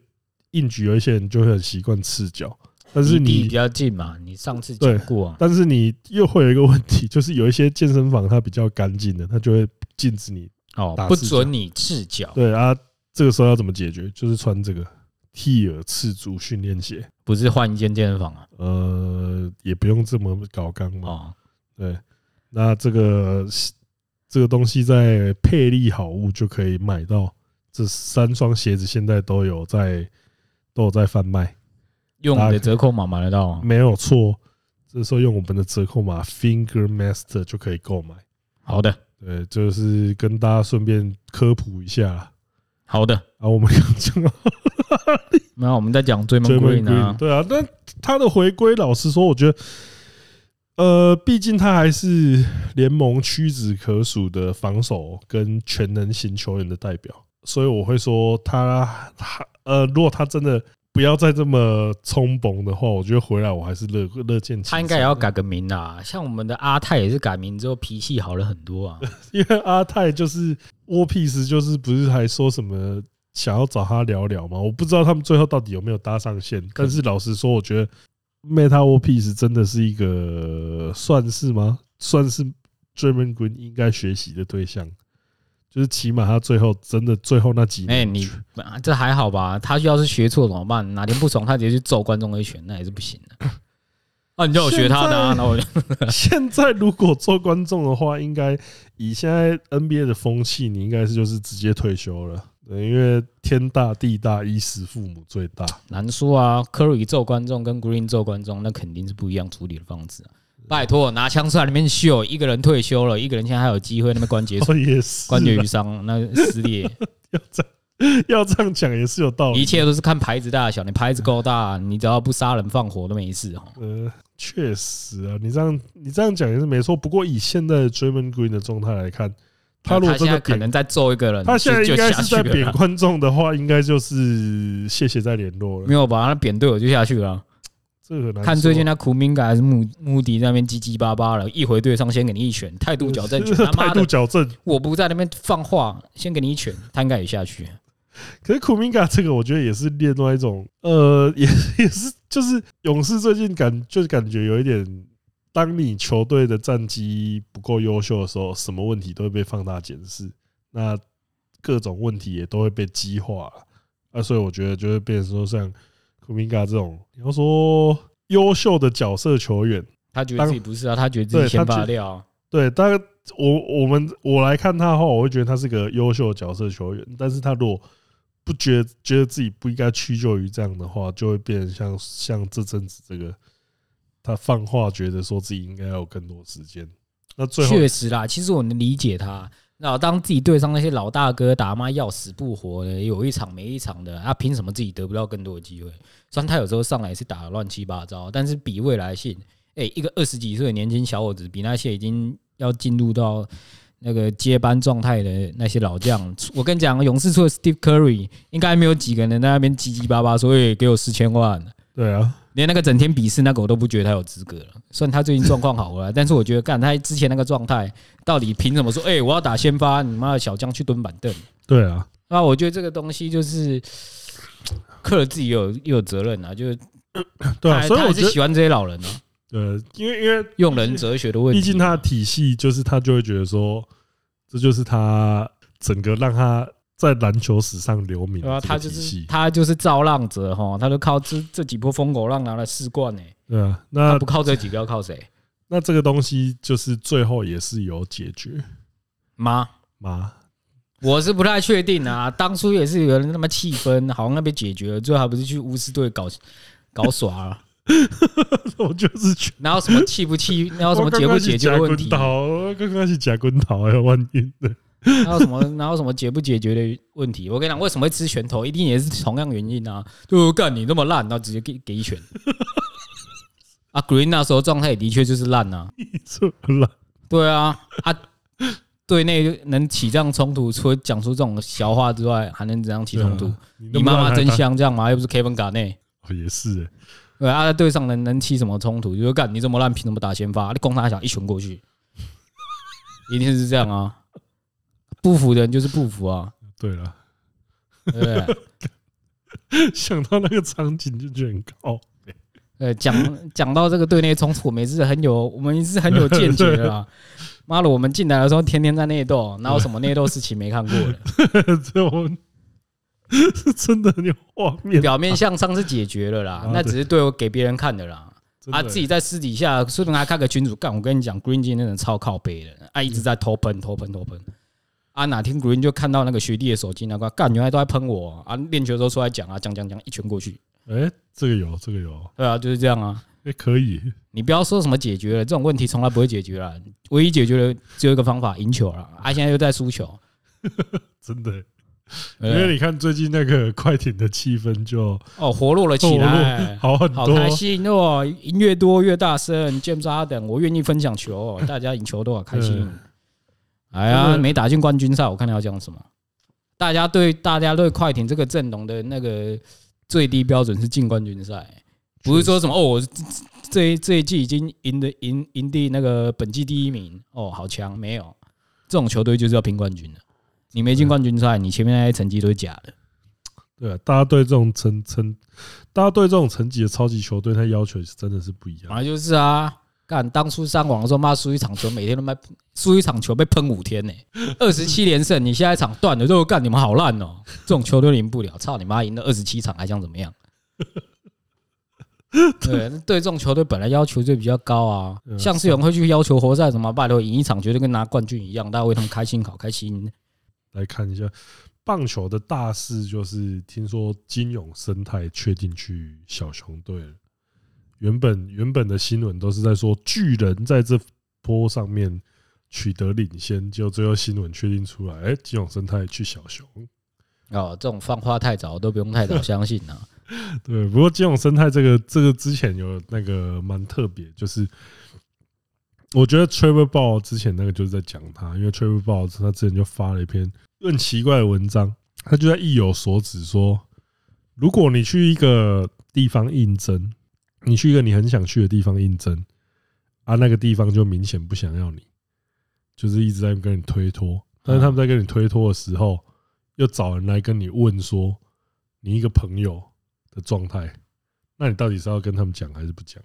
Speaker 1: 硬举有一些人就会很习惯赤脚，但
Speaker 3: 哦离
Speaker 1: 是
Speaker 3: 地比
Speaker 1: 你
Speaker 3: 较近嘛，你上次讲过啊，
Speaker 1: 但是你又会有一个问题，就是有一些健身房它比较干净的，它就会禁止你。
Speaker 3: 哦
Speaker 1: 打，
Speaker 3: 不
Speaker 1: 赤脚
Speaker 3: 准你赤脚，
Speaker 1: 对啊，这个时候要怎么解决？就是穿这个 T 耳赤足训练鞋，
Speaker 3: 不是换一间健身房啊，
Speaker 1: 呃，也不用这么搞刚嘛。
Speaker 3: 哦，
Speaker 1: 对，那这个这个东西在配利好物就可以买到，这三双鞋子现在都有在都有在贩卖。
Speaker 3: 用你的折扣码买得到啊，
Speaker 1: 没有错，这时候用我们的折扣码 Finger Master 就可以购买。
Speaker 3: 好的，
Speaker 1: 对，就是跟大家顺便科普一下啦
Speaker 3: 好的。
Speaker 1: 啊。我们刚讲 到
Speaker 3: 那我们在讲追
Speaker 1: j a
Speaker 3: 梦
Speaker 1: m
Speaker 3: Green
Speaker 1: Green，
Speaker 3: 啊，
Speaker 1: 对啊，但他的回归，老实说，我觉得，呃，毕竟他还是联盟屈指可数的防守跟全能型球员的代表，所以我会说他，他呃，如果他真的不要再这么冲崩的话，我觉得回来我还是乐乐见其成。
Speaker 3: 他应该也要改个名啦。像我们的阿泰也是改名之后脾气好了很多啊。
Speaker 1: 因为阿泰就是沃皮斯，就是不是还说什么想要找他聊聊吗？我不知道他们最后到底有没有搭上线。但是老实说，我觉得 Meta 沃皮斯真的是一个算是吗？算是 Draymond Green 应该学习的对象，就是起码他最后真的最后那几年，
Speaker 3: 哎，你啊这还好吧？他要是学错怎么办？哪天不爽他直接去揍观众一拳，那也是不行的。 啊，你叫我学他的啊，
Speaker 1: 现在
Speaker 3: 然后我 就
Speaker 1: 现在如果做观众的话，应该以现在 NBA 的风气，你应该是就是直接退休了。对，因为天大地大，衣食父母最大。
Speaker 3: 难说啊，Curry 揍观众跟 Green 揍观众，那肯定是不一样处理的方式啊、拜托，拿枪出来里面秀，一个人退休了，一个人现在还有机会，那边关 节
Speaker 1: 哦，也是
Speaker 3: 关节
Speaker 1: 啦
Speaker 3: 鱼伤，那 撕裂，
Speaker 1: 要这样讲也是有道理。啊
Speaker 3: 一切都是看牌子大小。你牌子够大，你只要不杀人放火都没事哦。
Speaker 1: 呃，确实啊，你这样你这样讲也是没错。不过以现在的 Draymond Green 的状态来看，他如果
Speaker 3: 呃现
Speaker 1: 真
Speaker 3: 在
Speaker 1: 的
Speaker 3: 可
Speaker 1: 贬，
Speaker 3: 能在揍一个人，
Speaker 1: 他现在
Speaker 3: 就
Speaker 1: 应
Speaker 3: 就
Speaker 1: 该
Speaker 3: 下
Speaker 1: 是
Speaker 3: 去
Speaker 1: 在
Speaker 3: 了
Speaker 1: 贬
Speaker 3: 啦。
Speaker 1: 观众的话，应该就是谢谢再联络了
Speaker 3: 没。有吧？那扁队友就下去了啊。
Speaker 1: 这个很难
Speaker 3: 看最近
Speaker 1: 说
Speaker 3: 那苦明改还是穆穆迪在那边唧唧巴巴了，一回队上先给你一拳，态度矫正拳，他
Speaker 1: 啊 态
Speaker 3: 妈
Speaker 1: 度
Speaker 3: 的，
Speaker 1: 矫正。
Speaker 3: 我不在那边放话，先给你一拳，他应该也下去。
Speaker 1: 可是 Kuminga 这个，我觉得也是另外一种，呃， 也也是就是勇士最近感就是感觉有一点。当你球队的战绩不够优秀的时候，什么问题都会被放大检视，那各种问题也都会被激化啊。所以我觉得就会变成说，像库明嘎这种，你要说优秀的角色球员，
Speaker 3: 他觉得自己不是啊，他觉得自己先发料啊。
Speaker 1: 对，当然我我们我来看他的话，我会觉得他是个优秀的角色球员，但是他如果不觉得觉得自己不应该屈就于这样的话，就会变成像像这阵子这个他放话，觉得说自己应该要有更多时间。那最后
Speaker 3: 确实啦，其实我能理解他。那当自己对上那些老大哥打妈要死不活的，有一场没一场的，他、凭什么自己得不到更多的机会？虽然他有时候上来是打得乱七八糟，但是比未来性，哎、一个二十几岁的年轻小伙子，比那些已经要进入到那个接班状态的那些老将，我跟你讲，勇士除了 Steve Curry，应该没有几个人在那边唧唧巴巴说，哎、给我四千万，
Speaker 1: 对啊，
Speaker 3: 连那个整天鄙视那个我都不觉得他有资格了。虽然他最近状况好了，但 是我觉得干他之前那个状态，到底凭什么说？哎，我要打先发，你妈的小将去蹲板凳。
Speaker 1: 对啊，
Speaker 3: 那我觉得这个东西就是克了自己也有也有责任啊，就是
Speaker 1: 对
Speaker 3: 他
Speaker 1: 啊，
Speaker 3: 还
Speaker 1: 所以
Speaker 3: 他
Speaker 1: 我
Speaker 3: 还
Speaker 1: 觉
Speaker 3: 是
Speaker 1: 得
Speaker 3: 喜欢这些老人啊，
Speaker 1: 呃，因为因为
Speaker 3: 用人哲学的问题。
Speaker 1: 毕竟他的体系就是他就会觉得说，这就是他整个让他在篮球史上留名
Speaker 3: 对
Speaker 1: 的
Speaker 3: 啊，
Speaker 1: 这
Speaker 3: 他
Speaker 1: 个
Speaker 3: 就
Speaker 1: 体
Speaker 3: 是
Speaker 1: 系。
Speaker 3: 他就是造浪者哈，他就靠这这几波疯狗浪拿了四冠呢、
Speaker 1: 对啊，
Speaker 3: 他
Speaker 1: 那
Speaker 3: 不靠这几个要靠谁？
Speaker 1: 那这个东西就是最后也是有解决
Speaker 3: 妈，
Speaker 1: 吗？
Speaker 3: 我是不太确定啊。当初也是有人他妈气愤，好像那边解决了，最后还不是去巫师队搞搞耍了？
Speaker 1: 我就是觉
Speaker 3: 哪有什么气不气？ 哪有
Speaker 1: 得
Speaker 3: 什么解不解决的问题？
Speaker 1: 我刚刚是假滚刀，还有万运的。
Speaker 3: 哪有什么哪有什么解不解决的问题？我跟你讲，为什么会吃拳头，一定也是同样原因啊！就干你那么烂，那直接给给一拳。 啊，Green 那时候状态也的确就是烂啊。
Speaker 1: 错了，
Speaker 3: 对啊，啊，对内能起这样冲突，除了讲出这种小话之外，还能怎样起冲突
Speaker 1: 对？啊
Speaker 3: 你妈妈真香，这样嘛，又不是 Kevin 嘎内。
Speaker 1: 哦也是欸，
Speaker 3: 对啊，在队上能能起什么冲突？就说干你这么烂，凭什么打先发？你攻他小一拳过去，一定是这样啊！不服的人就是不服啊，
Speaker 1: 对了，
Speaker 3: 对不对？
Speaker 1: 想到那个场景就觉得很高。
Speaker 3: 呃，讲讲到这个队内冲突，我们也是很有，我们也是很有见解的啦。妈的，我们进来的时候天天在内斗，哪有什么内斗事情没看过的？
Speaker 1: 这我们是 真的很有画面，
Speaker 3: 表面向上是解决了啦
Speaker 1: 啊，
Speaker 3: 那
Speaker 1: 对
Speaker 3: 只是对我给别人看的啦。
Speaker 1: 真的
Speaker 3: 啊，
Speaker 1: 欸
Speaker 3: 自己在私底下说不定还开个群主干。我跟你讲，Green 今天真的超靠背的，啊，一直在偷喷、偷喷、偷喷。啊，哪天 Green 就看到那个学弟的手机，那个干原来都在喷我啊！练球的时候出来讲啊，讲讲讲，一拳过去。
Speaker 1: 哎，这个有，这个有，
Speaker 3: 对啊，就是这样啊。
Speaker 1: 哎，可以，
Speaker 3: 你不要说什么解决了，这种问题从来不会解决了。唯一解决的只有一个方法，赢球了。啊，现在又在输球，
Speaker 1: 真的欸。
Speaker 3: 对
Speaker 1: 因
Speaker 3: 不对
Speaker 1: 为你看最近那个快艇的气氛就
Speaker 3: 哦，活络了起来，
Speaker 1: 好很
Speaker 3: 好
Speaker 1: 多，
Speaker 3: 开心哦！赢越多越大声，James Harden，我愿意分享 球哦、大家赢球都好开心
Speaker 1: 嗯。
Speaker 3: 哎呀，
Speaker 1: 真的
Speaker 3: 没打进冠军赛，我看他要讲什么？大家对大家对快艇这个阵容的那个最低标准是进冠军赛，不是说什么哦，我这这这一季已经赢的赢赢第那个本季第一名哦，好强！没有这种球队就是要拼冠军的，你没进冠军赛，你前面那些成绩都是假的。
Speaker 1: 对啊，大家对这种成成，大家对这种层级的超级球队，他要求是真的是不一
Speaker 3: 本
Speaker 1: 样。
Speaker 3: 来就是啊。干，当初上网的时候，妈输一场球，每天都妈输一场球被喷五天呢、二十七连胜，你下一场断了，就干你们好烂哦、这种球都赢不了，操你妈，赢了二十七场还想怎么样？ 对，对这种球队本来要求就比较高啊，
Speaker 1: 嗯
Speaker 3: 像是有人会去要求活塞什么拜托赢一场绝对跟拿冠军一样，大家为他们开心好开心。
Speaker 1: 来看一下棒球的大事，就是听说金勇生态确定去小熊队了。原本原本的新闻都是在说巨人在这波上面取得领先，结果最后新闻确定出来，哎，金勇生态去小熊。
Speaker 3: 哦，这种放话太早都不用太早相信啊。
Speaker 1: 对，不过金融生态这个这个之前有那个蛮特别，就是我觉得 Trevor Ball 之前那个就是在讲他，因为 Trevor Ball 他之前就发了一篇很奇怪的文章，他就在意有所指说，如果你去一个地方应征，你去一个你很想去的地方应征，啊，那个地方就明显不想要你，就是一直在跟你推脱，但是他们在跟你推脱的时候，又找人来跟你问说，你一个朋友的状态，那你到底是要跟他们讲还是不讲？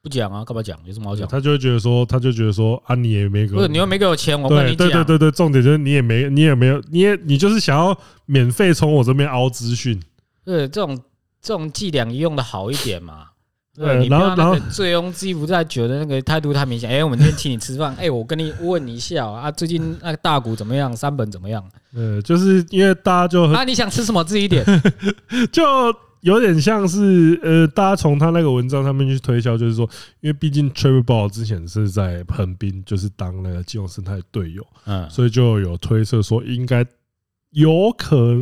Speaker 3: 不讲啊，干嘛讲？有什么好讲？
Speaker 1: 他就会觉得说，他就觉得说啊，你也没给
Speaker 3: 不
Speaker 1: 我
Speaker 3: 是你又没给我钱，我跟
Speaker 1: 对
Speaker 3: 你讲
Speaker 1: 对。对对对，重点就是你也没你也没有你也你就是想要免费从我这边凹资讯，
Speaker 3: 对，这种这种伎俩用的好一点嘛。
Speaker 1: 对
Speaker 3: 对，你不
Speaker 1: 然后
Speaker 3: 要那
Speaker 1: 然
Speaker 3: 个
Speaker 1: 后
Speaker 3: 醉翁之意不在酒的那个态度太明显。哎，我们今天请你吃饭， 哎，我跟你问你一下哦啊，最近那个大股怎么样？三本怎 么样？
Speaker 1: 呃，就是因为大家就很
Speaker 3: 啊，你想吃什么自 己点。
Speaker 1: 就有点像是呃，大家从他那个文章上面去推销，就是说，因为毕竟 Trevor Ball 之前是在横滨，就是当那个金融生态队友，
Speaker 3: 嗯，
Speaker 1: 所以就有推测说，应该有可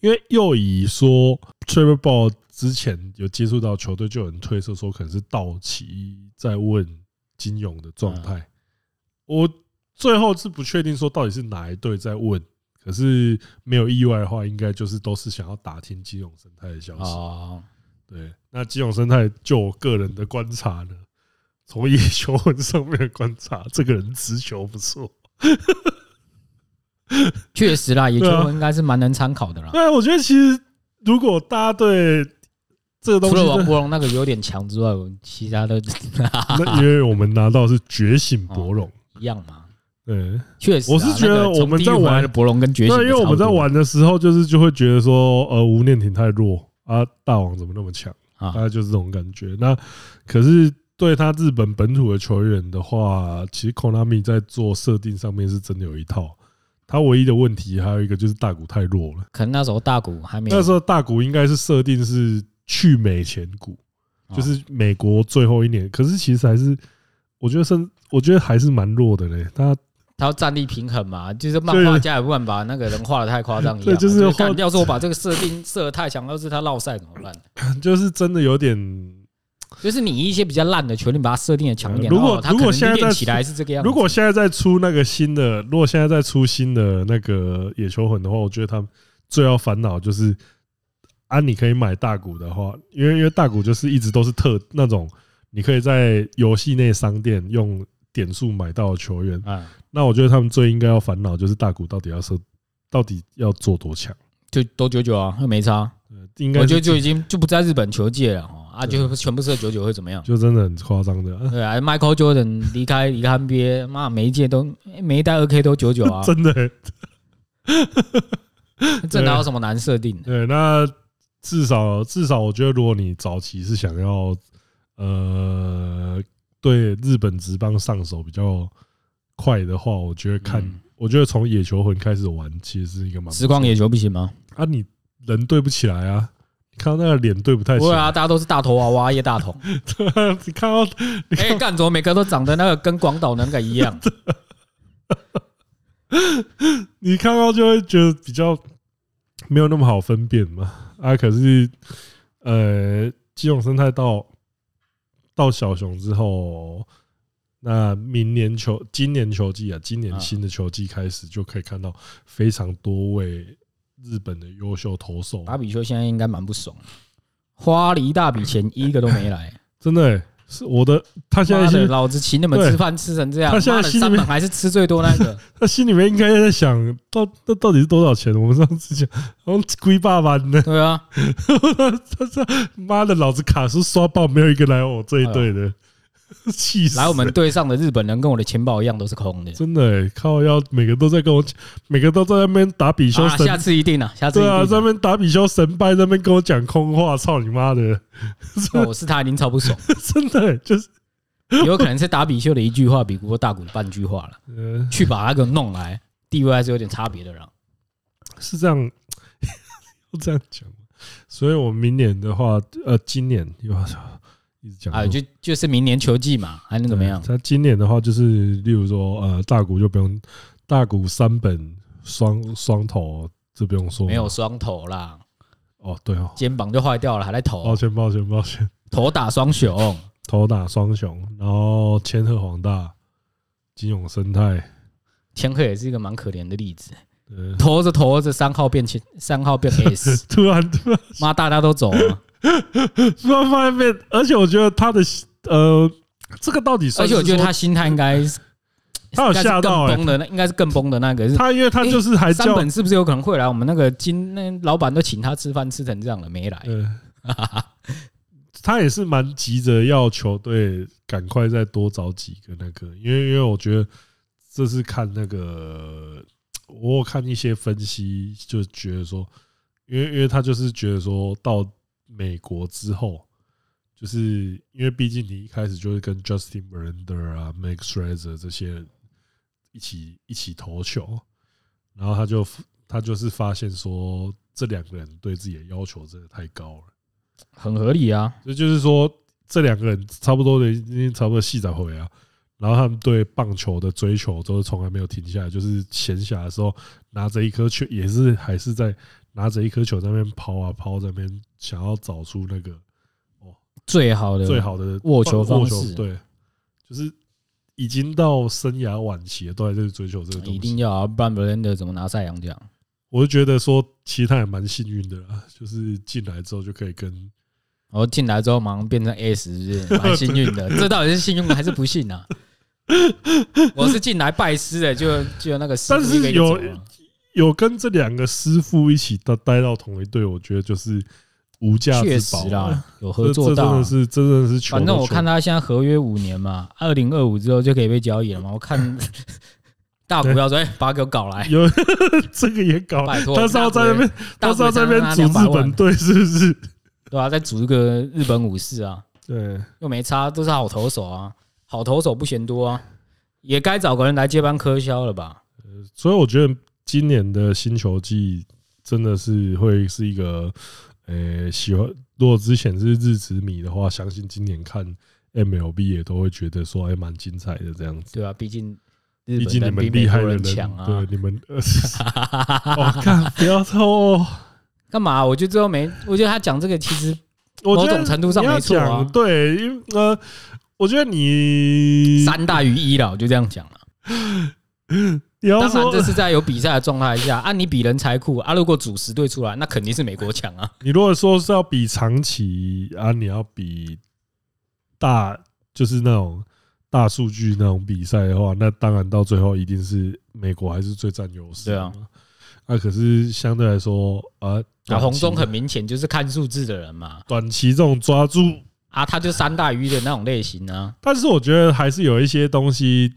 Speaker 1: 因为又以说 Trevor Ball 之前有接触到球队，就有人推测说，可能是道奇在问金勇的状态。我最后是不确定说到底是哪一队在问，可是没有意外的话，应该就是都是想要打听金勇生态的消息。
Speaker 3: 哦，
Speaker 1: 对对，那基隆生态，就我个人的观察呢，从叶修文上面的观察，这个人直球不错。
Speaker 3: 确实啦，野球
Speaker 1: 对啊
Speaker 3: 文应该是蛮能参考的啦。
Speaker 1: 对，我觉得其实如果大家对这个东
Speaker 3: 除
Speaker 1: 西
Speaker 3: 了王
Speaker 1: 真的，
Speaker 3: 国荣那个有点强之外，我其他都
Speaker 1: 那因为我们拿到是觉醒博龙，
Speaker 3: 一样嘛。
Speaker 1: 对，
Speaker 3: 确实啊，
Speaker 1: 我是觉得
Speaker 3: 那个从
Speaker 1: 我们在
Speaker 3: 地狱回来
Speaker 1: 玩
Speaker 3: 的博龙跟觉醒，
Speaker 1: 那因为我们在玩的时候，就是就会觉得说，呃，吴念挺太弱啊，大王怎么那么强？大
Speaker 3: 啊，
Speaker 1: 概就是这种感觉。那可是对他日本本土的球员的话，其实 Konami 在做设定上面是真的有一套。他唯一的问题还有一个就是大谷太弱了。
Speaker 3: 可能那时候大谷还没有
Speaker 1: 那时候大谷应该是设定是去美前谷，
Speaker 3: 啊
Speaker 1: 就是美国最后一年。可是其实还是，我觉得甚，我觉得还是蛮弱的嘞。他
Speaker 3: 他要站立平衡嘛，就是漫画家也不敢把那个人画的太夸张一样
Speaker 1: 对
Speaker 3: 啊，
Speaker 1: 就是
Speaker 3: 是
Speaker 1: 画
Speaker 3: 干。要是我把这个设定设得太强，要是他落赛怎么办？
Speaker 1: 就是真的有点，
Speaker 3: 就是你一些比较烂的球，你把它设定的强一点，
Speaker 1: 如果
Speaker 3: 然后他
Speaker 1: 如果
Speaker 3: 可能
Speaker 1: 现在
Speaker 3: 练
Speaker 1: 在
Speaker 3: 起来是这个样子，
Speaker 1: 如果现在再出那个新的，如果现在再出新的那个野球魂的话，我觉得他们最要烦恼就是，啊，你可以买大股的话，因为因为大股就是一直都是特那种，你可以在游戏内商店用点数买到的球员。
Speaker 3: 嗯，
Speaker 1: 那我觉得他们最应该要烦恼就是大股到底要设，到底要做多强。
Speaker 3: 就都九九啊，又没差。
Speaker 1: 呃应该
Speaker 3: 我
Speaker 1: 是
Speaker 3: 觉得就已经就不在日本球界了哦，啊，
Speaker 1: 对
Speaker 3: 就全部设九九会怎么样？
Speaker 1: 就真的很夸张的，啊
Speaker 3: 对啊，Michael Jordan 离开离开 NBA，妈每一届都每一代二 K 都九
Speaker 1: ，
Speaker 3: 九啊
Speaker 1: 真的欸。
Speaker 3: 这哪有什么难设定的？
Speaker 1: 对，那至少至少，我觉得如果你早期是想要呃对日本职棒上手比较快的话，我觉得看，
Speaker 3: 嗯
Speaker 1: 我觉得从野球魂开始玩，其实是一个蛮
Speaker 3: 时光野球不行吗？
Speaker 1: 啊，你人对不起来啊，你看到那个脸对不太
Speaker 3: 不
Speaker 1: 起
Speaker 3: 会
Speaker 1: 来，
Speaker 3: 啊，大家都是大头娃娃、叶大头。
Speaker 1: 你看到
Speaker 3: 哎、干怎么每个都长得那个跟广岛那个 一样？
Speaker 1: 你看到就会觉得比较没有那么好分辨嘛。啊，可是呃，基隆生态到到小熊之后，那明年球今年球季啊，今年
Speaker 3: 啊
Speaker 1: 新的球季开始就可以看到非常多位日本的优秀投手，
Speaker 3: 打比丘现在应该蛮不爽，花了一大笔钱，一个都没来。
Speaker 1: 真的、欸、是我的，他 现在
Speaker 3: 妈的，
Speaker 1: 心
Speaker 3: 老子请你们
Speaker 1: 对
Speaker 3: 吃饭吃成这样，
Speaker 1: 他现在
Speaker 3: 妈的
Speaker 1: 心里
Speaker 3: 三
Speaker 1: 面
Speaker 3: 本还是吃最多那 个。
Speaker 1: 他心里面应该在想到那到底是多少钱？我们上次讲，然后龟爸爸呢？
Speaker 3: 对啊，
Speaker 1: 他说：“ 妈的，老子卡是刷爆，没有一个来我这一队的， 气死！
Speaker 3: 哎来我们队上的日本人跟我的钱包一样都是空的。
Speaker 1: 真的、欸、靠腰，每个都在跟我讲，每个都在那边打比
Speaker 3: 好
Speaker 1: 修
Speaker 3: 啦
Speaker 1: 神，
Speaker 3: 下次一定啊，下次一
Speaker 1: 对
Speaker 3: 定
Speaker 1: 啊，
Speaker 3: 啊。
Speaker 1: 在那边打比修神拜，在那边跟我讲空话，操你妈的，
Speaker 3: 哦我是他已经超不爽，
Speaker 1: 真的、欸、就是
Speaker 3: 有可能是打比丘的一句话比不过大谷半句话了，
Speaker 1: 呃
Speaker 3: 去把他给我弄来，地位还是有点差别的啊啦。
Speaker 1: 是这样， 要这样讲吗。所以我明年的话，呃，今年又一直讲
Speaker 3: 啊，就就是明年球季嘛，还能怎么样？
Speaker 1: 他今年的话，就是例如说，呃，大股就不用，大股三本双双头，这不用说。
Speaker 3: 没有双头啦，
Speaker 1: 哦，对哦，
Speaker 3: 肩膀就坏掉了，还在
Speaker 1: 抱
Speaker 3: 投
Speaker 1: 歉，抱歉，抱歉，
Speaker 3: 头打双雄。
Speaker 1: 头打双雄，然后千鹤黄大、金永生态，
Speaker 3: 千鹤也是一个蛮可怜的例子，
Speaker 1: 呃，
Speaker 3: 投着投着三号变前三号变 S，
Speaker 1: 突然突然
Speaker 3: 妈大家都走啊了，
Speaker 1: 突然发现变，而且我觉得他的呃，这个到底算
Speaker 3: 而且
Speaker 1: 是
Speaker 3: 我觉得
Speaker 1: 说
Speaker 3: 他心态应该是
Speaker 1: 他有吓到
Speaker 3: 应
Speaker 1: 欸
Speaker 3: 该是更崩的那，应该是更崩的那个是。
Speaker 1: 他，因为他就是还
Speaker 3: 三
Speaker 1: 叫
Speaker 3: 本是不是有可能会来？我们那个金那老板都请他吃饭吃成这样了，没来。
Speaker 1: 呃，他也是蛮急着要球队赶快再多找几个那个，因为因为我觉得这是看那个，我有看一些分析就觉得说，因为因为他就是觉得说到美国之后。就是因为毕竟你一开始就是跟 Justin Verlander 啊、Max Scherzer 这些人一起一起投球，然后他就他就是发现说，这两个人对自己的要求真的太高了。
Speaker 3: 很合理啊。
Speaker 1: 这就是说，这两个人差不多的，已经差不多戏仔回啊。然后他们对棒球的追求都是从来没有停下来，就是闲暇的时候拿着一颗球，也是还是在拿着一颗球在那边抛啊抛，在那边想要找出那个
Speaker 3: 最好的
Speaker 1: 最好的
Speaker 3: 啊握球
Speaker 1: 棒
Speaker 3: 方
Speaker 1: 握球
Speaker 3: 式
Speaker 1: 对，就是已经到生涯晚期了，都还在追求这个东西。
Speaker 3: 一定要啊，不然 b l e n d e 怎么拿赛扬奖？
Speaker 1: 我就觉得说，其实他也蛮幸运的啦，就是进来之后就可以跟
Speaker 3: 然后哦进来之后马上变成 S，是不是蛮幸运 的。这到底是幸运还是不幸啊？我是进来拜师的，就就那个师
Speaker 1: 但
Speaker 3: 傅一个
Speaker 1: 是
Speaker 3: 一个走
Speaker 1: 有
Speaker 3: 啊，
Speaker 1: 有跟这两个师傅一起待待到同一队，我觉得就是无价
Speaker 3: 确
Speaker 1: 之
Speaker 3: 实
Speaker 1: 宝
Speaker 3: 啦
Speaker 1: 了。，
Speaker 3: 有
Speaker 1: 这
Speaker 3: 合
Speaker 1: 这
Speaker 3: 作
Speaker 1: 真
Speaker 3: 到啊、
Speaker 1: 的是真的是求都求不到，
Speaker 3: 反正我看他现在合约五年嘛，二零二五之后就可以被交易了嘛。我看大股票说，哎，把他给我搞来，
Speaker 1: 有 这个也搞，
Speaker 3: 拜托。
Speaker 1: 他是要在那边，
Speaker 3: 大
Speaker 1: 他
Speaker 3: 股
Speaker 1: 是
Speaker 3: 票
Speaker 1: 要在那边组日本队，是不是？
Speaker 3: 对吧、再组一个日本武士啊，
Speaker 1: 对，
Speaker 3: 又没差，都是好投手啊，好投手不嫌多啊，也该找个人来接班科肖了吧？
Speaker 1: 所以我觉得今年的新球季真的是会是一个，呃，喜欢。如果之前是日职迷的话，相信今年看 MLB 也都会觉得说，哎，蛮精彩的这样子。
Speaker 3: 对吧、毕竟日
Speaker 1: 毕
Speaker 3: 本
Speaker 1: 竟你
Speaker 3: 人比
Speaker 1: 们
Speaker 3: 美
Speaker 1: 厉害
Speaker 3: 国
Speaker 1: 的
Speaker 3: 人
Speaker 1: 人，
Speaker 3: 强啊。
Speaker 1: 对你们， 呃我看不要哦偷。
Speaker 3: 干嘛、我觉得最后没，我觉得他讲这个其实
Speaker 1: 我觉得
Speaker 3: 某种程度上
Speaker 1: 你要
Speaker 3: 没错啊
Speaker 1: 讲对，因为呃，我觉得你
Speaker 3: 三大于一了，我就这样讲了。
Speaker 1: 你要
Speaker 3: 当然，
Speaker 1: 说
Speaker 3: 这是在有比赛的状态下啊，你比人才酷啊。如果主十队出来，那肯定是美国强啊。
Speaker 1: 你如果说是要比长期啊，你要比大，就是那种大数据那种比赛的话，那当然到最后一定是美国还是最占优势。
Speaker 3: 对啊，
Speaker 1: 那、可是相对来说，啊，
Speaker 3: 啊，
Speaker 1: 短
Speaker 3: 红
Speaker 1: 期
Speaker 3: 中很明显就是看数字的人嘛，
Speaker 1: 短期这种抓住，
Speaker 3: 啊，他就三大鱼的那种类型啊。
Speaker 1: 但是我觉得还是有一些东西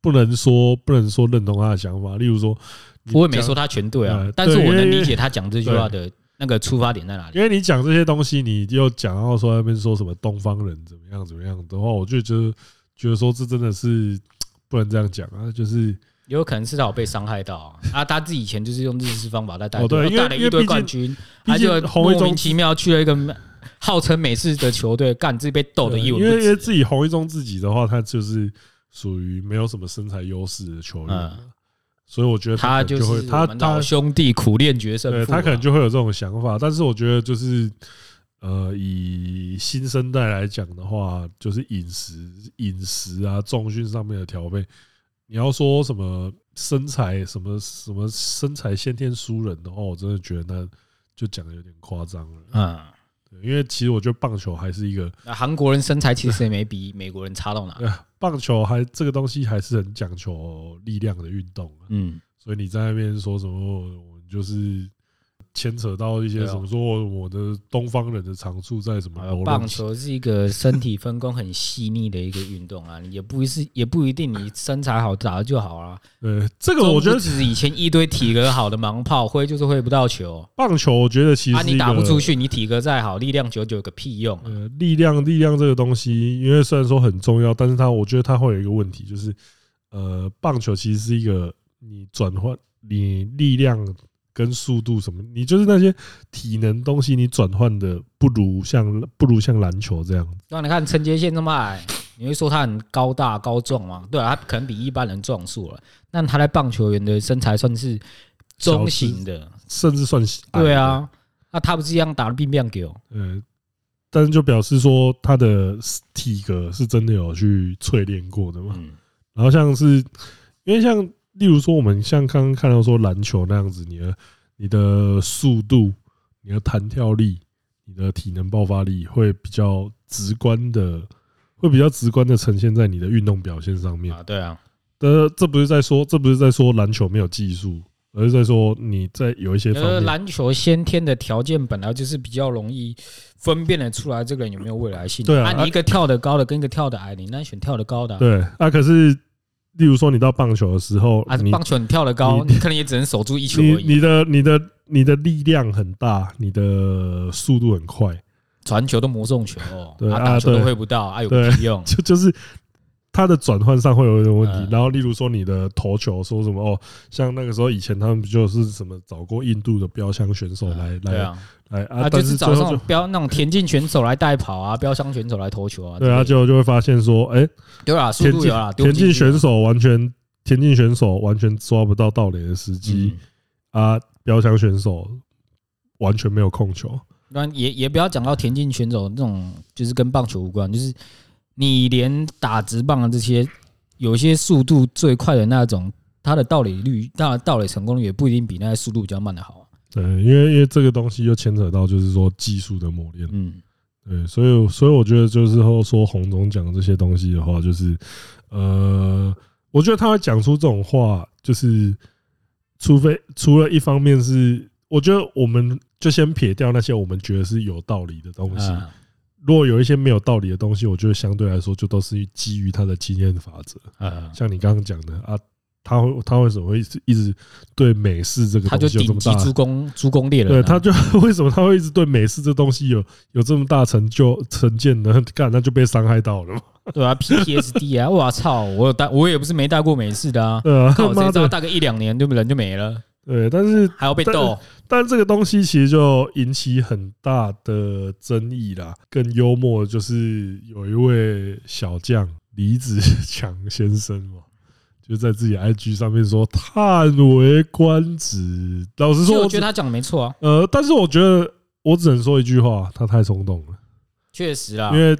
Speaker 1: 不能说不能说认同他的想法，例如说，你
Speaker 3: 我也没
Speaker 1: 讲
Speaker 3: 说他全对啊
Speaker 1: 呃，
Speaker 3: 但是
Speaker 1: 嗯对
Speaker 3: 我能
Speaker 1: 因为
Speaker 3: 理解他讲这句话的那个出发点在哪里。
Speaker 1: 因为你讲这些东西，你又讲到说那边说什么东方人怎么样怎么样的话，我就觉得觉得说这真的是不能这样讲啊，就是
Speaker 3: 有可能是他有被伤害到啊，啊，他自己以前就是用日式方法在带
Speaker 1: 哦对
Speaker 3: 队，
Speaker 1: 因为
Speaker 3: 带了
Speaker 1: 因
Speaker 3: 一
Speaker 1: 为
Speaker 3: 堆
Speaker 1: 毕竟
Speaker 3: 冠军，
Speaker 1: 毕
Speaker 3: 他
Speaker 1: 竟
Speaker 3: 就
Speaker 1: 红一
Speaker 3: 莫名
Speaker 1: 中
Speaker 3: 其妙去了一个号称美式的球队，干自己被斗的一文
Speaker 1: 因
Speaker 3: 不
Speaker 1: 为因为
Speaker 3: 值。
Speaker 1: 自己红一中自己的话，他就是属于没有什么身材优势的球员啊，所以我觉得
Speaker 3: 嗯他
Speaker 1: 可
Speaker 3: 就
Speaker 1: 能就是会他
Speaker 3: 我们老
Speaker 1: 他
Speaker 3: 兄弟苦练决胜
Speaker 1: 对
Speaker 3: 负啊，
Speaker 1: 他可能就会有这种想法，但是我觉得就是。呃，以新生代来讲的话，就是饮食、饮食啊、重训上面的调配，你要说什么身材、什么什么身材先天输人的话，我真的觉得那就讲的有点夸张了。
Speaker 3: 嗯，
Speaker 1: 对因为其实我觉得棒球还是一个，
Speaker 3: 那韩国人身材其实也没比美国人差到哪。
Speaker 1: 呃棒球还这个东西还是很讲求力量的运动啊。
Speaker 3: 嗯，
Speaker 1: 所以你在那边说什么，我们就是牵扯到一些
Speaker 3: 对啊
Speaker 1: 什么，说我的东方人的长处在什么
Speaker 3: 呃
Speaker 1: 柔韧
Speaker 3: 棒球是一个身体分工很细腻的一个运动啊， 也不是也不一定你身材好打得就好啊。
Speaker 1: 呃，这个我觉得
Speaker 3: 中职以前一堆体格好的盲炮挥就是挥不到球
Speaker 1: 棒球，我觉得其实
Speaker 3: 啊，
Speaker 1: 是一
Speaker 3: 你
Speaker 1: 个
Speaker 3: 打不出去，你体格再好，力量九九有个屁用啊、
Speaker 1: 呃，力量力量这个东西，因为虽然说很重要，但是它我觉得它会有一个问题，就是呃，棒球其实是一个你转换你力量跟速度什么，你就是那些体能东西，你转换的不如像不如像篮球这样子。
Speaker 3: 那你看陈杰宪那么矮，你会说他很高大高壮吗？对啊，他可能比一般人壮硕了，但他在棒球员的身材算是中型的，
Speaker 1: 甚至算矮
Speaker 3: 对
Speaker 1: 的，
Speaker 3: 啊。那他不是一样打的乒乓球？
Speaker 1: 呃，但是就表示说他的体格是真的有去淬炼过的嘛。
Speaker 3: 嗯，
Speaker 1: 然后像是因为像例如说我们像刚刚看到说篮球那样子，你的你的速度、你的弹跳力、你的体能爆发力会比较直观的，会比较直观的呈现在你的运动表现上面。
Speaker 3: 啊，对啊，
Speaker 1: 呃，这不是在说这不是在说篮球没有技术，而是在说你在有一些
Speaker 3: 因为
Speaker 1: 方面，
Speaker 3: 篮球先天的条件本来就是比较容易分辨得出来这个人有没有未来性。
Speaker 1: 对啊
Speaker 3: 那你一个跳得高的跟一个跳得矮，你那选跳得高的啊。
Speaker 1: 对啊。可是例如说你到棒球的时候，
Speaker 3: 啊，
Speaker 1: 你
Speaker 3: 棒球你跳得高，
Speaker 1: 你
Speaker 3: 你可能也只能守住一球
Speaker 1: 你
Speaker 3: 而已。
Speaker 1: 你的你的你的力量很大，你的速度很快。
Speaker 3: 传球都魔送球，
Speaker 1: 对
Speaker 3: 啊，
Speaker 1: 啊
Speaker 3: 打球都
Speaker 1: 对
Speaker 3: 挥不到，啊，有个屁用。
Speaker 1: 就就是它的转换上会有一点问
Speaker 3: 嗯
Speaker 1: 题。然后，例如说你的投球说什么哦，像那个时候以前他们不就是什么找过印度的标枪选手 来
Speaker 3: 对
Speaker 1: 来
Speaker 3: 啊，
Speaker 1: 来啊，
Speaker 3: 啊，就
Speaker 1: 但
Speaker 3: 是
Speaker 1: 最
Speaker 3: 找那
Speaker 1: 后
Speaker 3: 种
Speaker 1: 就
Speaker 3: 标那种田径选手来代跑啊，标枪选手来投球啊。
Speaker 1: 对啊，
Speaker 3: 啊，
Speaker 1: 结果就会发现说，哎，
Speaker 3: 对啦，速
Speaker 1: 田
Speaker 3: 度
Speaker 1: 径
Speaker 3: 有啦，丢
Speaker 1: 田
Speaker 3: 不进
Speaker 1: 径
Speaker 3: 去啊
Speaker 1: 选手完全田径选手完全抓不到盗垒的时机
Speaker 3: 嗯
Speaker 1: 啊，标枪选手完全没有控球，
Speaker 3: 那也也不要讲到田径选手那种，就是跟棒球无关，就是你连打直棒啊的这些，有些速度最快的那种，他的盗垒率，他的盗垒成功率也不一定比那些速度比较慢的好啊、
Speaker 1: 对，因为因为这个东西又牵扯到就是说技术的磨练。
Speaker 3: 嗯，
Speaker 1: 对对，所以所以我觉得就是后说洪总讲这些东西的话，就是呃，我觉得他会讲出这种话，就是除非除了一方面是，我觉得我们就先撇掉那些我们觉得是有道理的东西，
Speaker 3: 啊，
Speaker 1: 如果有一些没有道理的东西，我觉得相对来说就都是基于他的经验法则，
Speaker 3: 啊
Speaker 1: 像你刚刚讲的啊。他会，他为什么会一直一直对美式这个
Speaker 3: 他
Speaker 1: 东
Speaker 3: 就
Speaker 1: 西有这
Speaker 3: 顶
Speaker 1: 么
Speaker 3: 级
Speaker 1: 大的
Speaker 3: 诸公诸公猎人
Speaker 1: 对，
Speaker 3: 啊，
Speaker 1: 他就 为什么他会一直对美式这东西有有这么大成就成见呢？ 干，那就被伤害到了嘛。
Speaker 3: 对啊 PTSD 啊，我操，我有带我也不是没带过美式 的啊，
Speaker 1: 对啊，
Speaker 3: 靠，
Speaker 1: 他
Speaker 3: 谁
Speaker 1: 妈
Speaker 3: 知道
Speaker 1: 的，
Speaker 3: 大概一两年就人就没了，
Speaker 1: 对，但是
Speaker 3: 还要被斗，
Speaker 1: 但这个东西其实就引起很大的争议啦。更幽默的就是有一位小将李子强先生嘛，就在自己 IG 上面说叹为观止。老实
Speaker 3: 所以
Speaker 1: 说，
Speaker 3: 我
Speaker 1: 我
Speaker 3: 觉
Speaker 1: 只
Speaker 3: 得他讲的没错啊，
Speaker 1: 呃，但是我觉得我只能说一句话，他太冲动了。
Speaker 3: 确实啊
Speaker 1: 因，为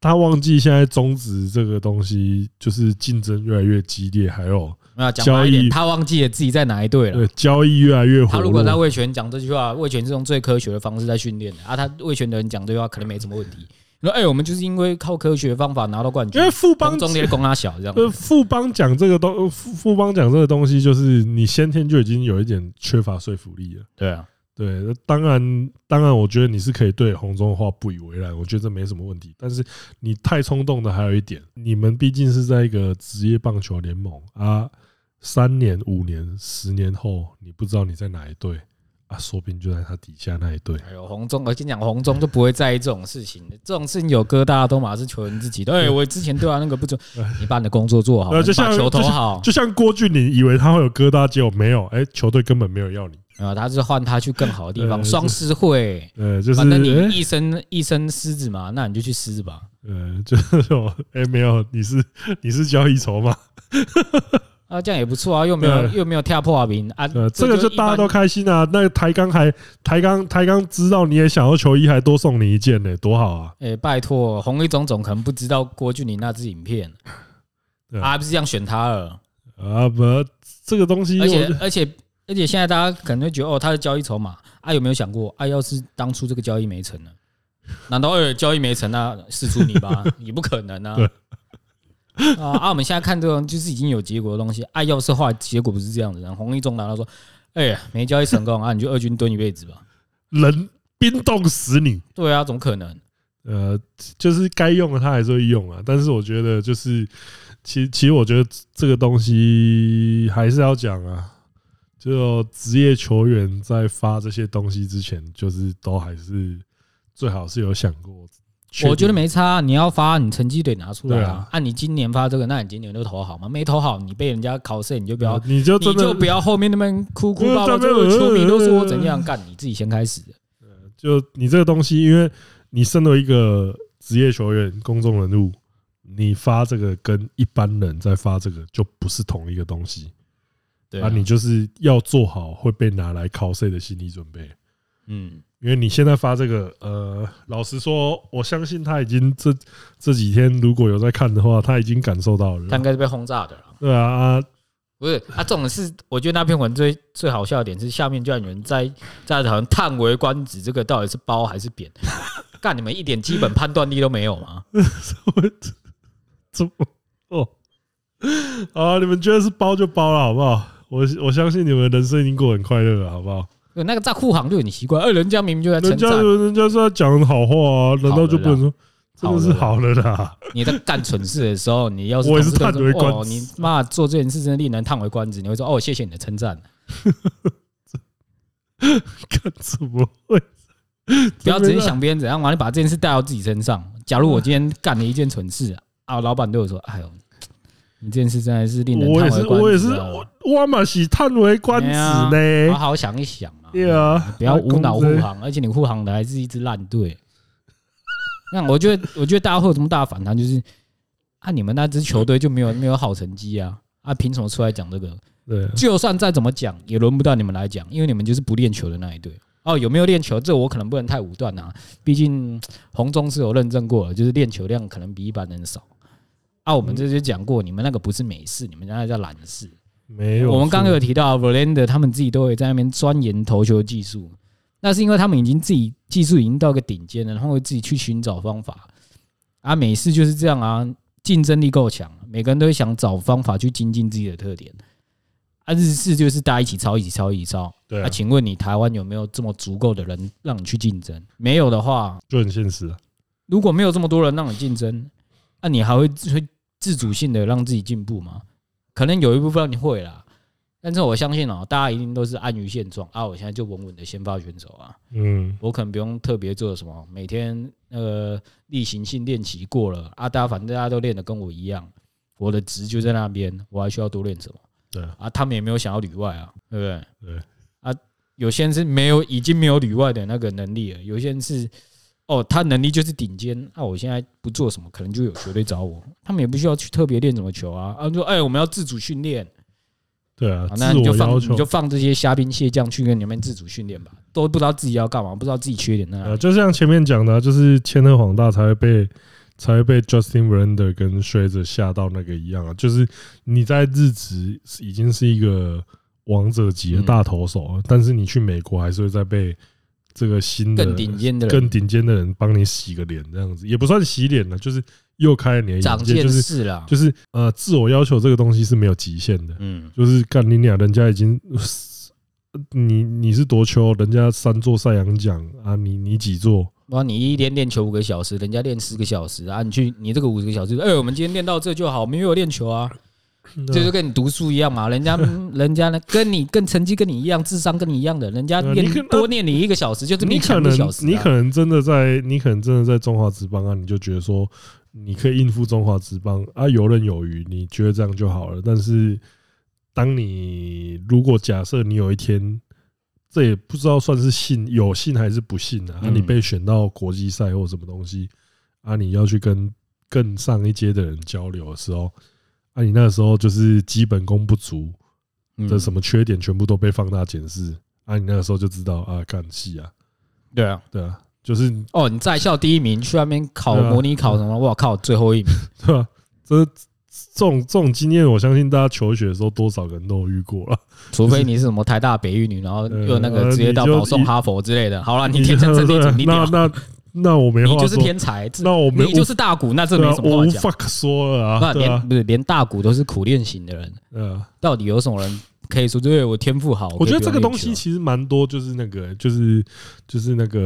Speaker 1: 他忘记现在中职这个东西就是竞争越来越激烈，还有
Speaker 3: 没啊有讲白
Speaker 1: 交
Speaker 3: 一
Speaker 1: 易
Speaker 3: 点，他忘记了自己在哪一队了
Speaker 1: 对。交易越来越
Speaker 3: 啊他
Speaker 1: 火
Speaker 3: 如果在
Speaker 1: 热。
Speaker 3: 魏权讲这句话，魏权是用最科学的方式在训练的啊。他魏权的人讲这句话可能没什么问题。你说，哎，我们就是因为靠科学方法拿到冠军
Speaker 1: 因为，富邦
Speaker 3: 帮中间攻他小这样。
Speaker 1: 呃富邦讲这个东富富邦讲这个东西，就是你先天就已经有一点缺乏说服力了。
Speaker 3: 对啊，
Speaker 1: 对，那当然，当然，我觉得你是可以对红中的话不以为然，我觉得这没什么问题。但是你太冲动的还有一点，你们毕竟是在一个职业棒球联盟啊，三年、五年、十年后，你不知道你在哪一队啊，说不定就在他底下那一队。
Speaker 3: 哎呦，红中，我跟你讲，红中就不会在意这种事情。这种事情有疙瘩都马是球员自己的。哎，我之前 对啊那个不准，你把你的工作做好，
Speaker 1: 呃就
Speaker 3: 你
Speaker 1: 像
Speaker 3: 把球投好，
Speaker 1: 就像郭俊霖以为他会有疙瘩，结果没有，哎、球队根本没有要你。
Speaker 3: 然后他是换他去更好的地
Speaker 1: 呃
Speaker 3: 方，
Speaker 1: 就
Speaker 3: 双狮会。
Speaker 1: 呃，就是
Speaker 3: 反正你
Speaker 1: 哎
Speaker 3: 一身一身狮子嘛，那你就去狮子吧。
Speaker 1: 呃，就是说哎、没有，你是你是交易筹码，
Speaker 3: 啊，这样也不错啊，又没有
Speaker 1: 对
Speaker 3: 又没有跳破名啊，
Speaker 1: 呃，这个就
Speaker 3: 一
Speaker 1: 大家
Speaker 3: 般
Speaker 1: 都开心啊。那个台钢还台钢台钢知道你也想要球衣，还多送你一件呢、多好啊！
Speaker 3: 哎、拜托，红衣种种可能不知道郭俊霖那支影片，
Speaker 1: 对啊
Speaker 3: 啊，不是这样选他了，
Speaker 1: 啊不，这个东西我
Speaker 3: 而且
Speaker 1: 就
Speaker 3: 而且而且现在大家可能会觉得哦，他是交易筹码啊，有没有想过啊？要是当初这个交易没 成呢？难道呃交易没成那是出你吧？也不可能啊
Speaker 1: 对。
Speaker 3: 啊啊！我们现在看这种就是已经有结果的东西啊，要是后来结果不是这样子，然后红一中拿到说，哎、呀，没交易成功啊，你就二军蹲一辈子吧。
Speaker 1: 人冰冻死你。
Speaker 3: 对啊，怎么可能？
Speaker 1: 呃，就是该用的他还是会用啊，但是我觉得就是，其其实我觉得这个东西还是要讲啊，就职业球员在发这些东西之前，就是都还是最好是有想过。
Speaker 3: 我觉得没差啊，你要发，你成绩得拿出来
Speaker 1: 对
Speaker 3: 啊
Speaker 1: 啊。
Speaker 3: 按你今年发这个，那你今年就投好嘛？没投好，你被人家考试，你就不要
Speaker 1: 呃，你就
Speaker 3: 你
Speaker 1: 真
Speaker 3: 就
Speaker 1: 的
Speaker 3: 不要后面那边哭哭
Speaker 1: 因为
Speaker 3: 闹
Speaker 1: 他
Speaker 3: 闹，
Speaker 1: 们
Speaker 3: 最后球迷都说我怎样干，你自己先开始。
Speaker 1: 就你这个东西，因为你身为一个职业球员、公众人物，你发这个跟一般人在发这个就不是同一个东西
Speaker 3: 对
Speaker 1: 啊！你就是要做好会被拿来 cos 的心理准备，
Speaker 3: 嗯，
Speaker 1: 因为你现在发这个，呃，老实说，我相信他已经这这几天如果有在看的话，他已经感受到
Speaker 3: 他应
Speaker 1: 了，
Speaker 3: 该是被轰炸的啦。
Speaker 1: 对啊啊，
Speaker 3: 不是啊，这种是我觉得那篇文最最好笑的点是，下面居然有人在 在讨论叹为观止，这个到底是褒还是贬？ 干你们一点基本判断力都没有吗？
Speaker 1: 我怎么哦？啊，你们觉得是包就包了，好不好？我我相信你们人生已经过得很快乐了，好不好？
Speaker 3: 对那个在护航就很奇怪，哎，人家明明就在称
Speaker 1: 人家
Speaker 3: 赞
Speaker 1: 人家是在讲好话啊，难道就不能说真的是好了啦？
Speaker 3: 你在干蠢事的时候，你要是
Speaker 1: 我也是
Speaker 3: 同事
Speaker 1: 叹
Speaker 3: 跟
Speaker 1: 为
Speaker 3: 你说
Speaker 1: 观止
Speaker 3: 哦，你妈做这件事真的令人叹为观止，你会说哦，谢谢你的称赞，
Speaker 1: 看怎么会？
Speaker 3: 不要只是想别人怎样嘛，你把这件事带到自己身上。假如我今天干了一件蠢事啊，老板对我说：“哎呦，你这件事真的是令人
Speaker 1: 我
Speaker 3: 叹
Speaker 1: 也
Speaker 3: 为
Speaker 1: 是，
Speaker 3: 观止、啊。”
Speaker 1: 我也是，我我嘛是叹为观止
Speaker 3: 好
Speaker 1: 呢。
Speaker 3: 好想一想嘛，
Speaker 1: 对啊，
Speaker 3: 哎不要无脑护
Speaker 1: 啊。
Speaker 3: 航，而且你护航的还是一支烂队。那我觉得，我觉得大家会有这么大的反弹，就是啊，你们那支球队就没有没有好成绩啊，啊，凭什么出来讲这个？
Speaker 1: 对啊，
Speaker 3: 就算再怎么讲，也轮不到你们来讲，因为你们就是不练球的那一队。哦，有没有练球？这我可能不能太武断啊，毕竟嗯红中是有认证过的，就是练球量可能比一般人少。啊，我们这就讲过，你们那个不是美式，你们那叫懒式。
Speaker 1: 没有错。
Speaker 3: 我们刚刚有提到 Verlander，他们自己都会在那边钻研投球技术。那是因为他们已经自己技术已经到一个顶尖了，然后会自己去寻找方法。啊，美式就是这样啊，竞争力够强，每个人都会想找方法去精进自己的特点。啊，日式就是大家一起抄，一起抄，一起抄。
Speaker 1: 对
Speaker 3: 啊，
Speaker 1: 啊，
Speaker 3: 请问你台湾有没有这么足够的人让你去竞争？没有的话，
Speaker 1: 就很现实啊。
Speaker 3: 如果没有这么多人让你竞争，那、你还会自会自主性的让自己进步吗？可能有一部分你会啦，但是我相信哦、大家一定都是安于现状啊。我现在就稳稳的先发选手啊，
Speaker 1: 嗯，
Speaker 3: 我可能不用特别做什么，每天呃例行性练习过了啊，大家反正大家都练的跟我一样，我的值就在那边，我还需要多练什么？
Speaker 1: 对啊，
Speaker 3: 啊，他们也没有想要旅外啊，对不对？
Speaker 1: 对
Speaker 3: 啊，有些人是没有已经没有旅外的那个能力了，有些人是哦，他能力就是顶尖，啊，我现在不做什么，可能就有球队找我，他们也不需要去特别练什么球啊，啊，说哎，我们要自主训练，
Speaker 1: 对啊，
Speaker 3: 啊，那
Speaker 1: 自
Speaker 3: 你就
Speaker 1: 我
Speaker 3: 放
Speaker 1: 要
Speaker 3: 你
Speaker 1: 求
Speaker 3: 就放这些虾兵蟹将去跟你们自主训练吧，都不知道自己要干嘛，不知道自己缺点在哪
Speaker 1: 呃，
Speaker 3: 里，
Speaker 1: 就像前面讲的啊、就是千鹤晃大才会被才会被 Justin Verlander 跟 Scherzer 吓到那个一样啊，就是你在日职已经是一个王者级的大投手了，
Speaker 3: 嗯
Speaker 1: 但是你去美国还是会再被这个新的
Speaker 3: 更顶尖的人
Speaker 1: 更顶尖的人帮你洗个脸，这样子也不算洗脸了，啊就是又开了你的
Speaker 3: 长
Speaker 1: 眼界，
Speaker 3: 见
Speaker 1: 就是
Speaker 3: 识啦，
Speaker 1: 就是呃，自我要求这个东西是没有极限的，
Speaker 3: 嗯，
Speaker 1: 就是干你俩，人家已经，你你是夺球，人家三座赛扬奖啊，你你几座？
Speaker 3: 哇，你一天练球五个小时，人家练十个小时啊，你去你这个五十个小时，哎，我们今天练到这就好，没有练球啊。这就跟你读书一样嘛，人家 人家呢跟你跟成绩跟你一样，智商跟你一样的，人家
Speaker 1: 对啊
Speaker 3: 念
Speaker 1: 你可
Speaker 3: 多念你一个小时，就这么
Speaker 1: 你
Speaker 3: 一
Speaker 1: 可
Speaker 3: 个小
Speaker 1: 能
Speaker 3: 时啊。
Speaker 1: 你可能真的在你可能真的在中华职棒啊，你就觉得说你可以应付中华职棒啊，游刃有余，你觉得这样就好了。但是当你如果假设你有一天，这也不知道算是幸有幸还是不幸啊，啊
Speaker 3: 嗯
Speaker 1: 你被选到国际赛或什么东西啊，你要去跟更上一阶的人交流的时候。啊，你那个时候就是基本功不足的什
Speaker 3: 么？
Speaker 1: 么缺点，全部都被放大检视。啊，你那个时候就知道啊，干戏啊，
Speaker 3: 对啊，
Speaker 1: 对啊，就是
Speaker 3: 哦，你在校第一名，去外面考
Speaker 1: 对啊
Speaker 3: 模拟考什么？我靠，最 后一名。
Speaker 1: 对吧、这这种这种经验，我相信大家求学的时候多少个人都有遇过了。
Speaker 3: 除非你是什么台大北一女，然后又那
Speaker 1: 呃
Speaker 3: 个直接到
Speaker 1: 你就
Speaker 3: 保送哈佛之类的。好了，你
Speaker 1: 就
Speaker 3: 天生神力
Speaker 1: 对啊
Speaker 3: 准你
Speaker 1: 那
Speaker 3: 屌，
Speaker 1: 那那我没
Speaker 3: 你
Speaker 1: 话
Speaker 3: 就是
Speaker 1: 说，
Speaker 3: 天才，这
Speaker 1: 那我没
Speaker 3: 你就是大股，那这
Speaker 1: 对
Speaker 3: 没
Speaker 1: 啊
Speaker 3: 什，么
Speaker 1: 我
Speaker 3: 话
Speaker 1: 无
Speaker 3: 讲。
Speaker 1: fuck 说了啊，
Speaker 3: 那
Speaker 1: 对
Speaker 3: 连
Speaker 1: 啊，
Speaker 3: 不是连大股都是苦练型的人，
Speaker 1: 对啊。
Speaker 3: 到底有什么人可以说对我天赋好？
Speaker 1: 我觉
Speaker 3: 可
Speaker 1: 得
Speaker 3: 以
Speaker 1: 这
Speaker 3: 不用啊
Speaker 1: 个
Speaker 3: 练
Speaker 1: 东
Speaker 3: 球
Speaker 1: 西其实蛮多，就是那个，就是就是那个，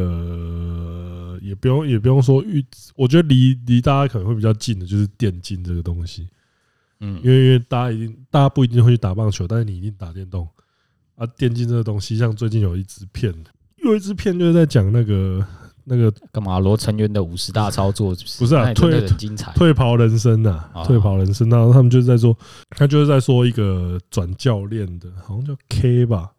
Speaker 1: 呃也不用也不用说预，我觉得离离大家可能会比较近的，就是电竞这个东西。
Speaker 3: 嗯
Speaker 1: 因为因为大家一定大家不一定会去打棒球，但是你一定打电动啊。电竞这个东西，像最近有一支片，有一支片就是在讲那个那个
Speaker 3: 干嘛？罗成渊的五十大操作是
Speaker 1: 不是啊
Speaker 3: 那也真的
Speaker 1: 退
Speaker 3: 很精彩。
Speaker 1: 退跑人生呐、
Speaker 3: 啊
Speaker 1: 退跑人生、然后他们就是在说，他就是在说一个转教练的，好像叫 K 吧，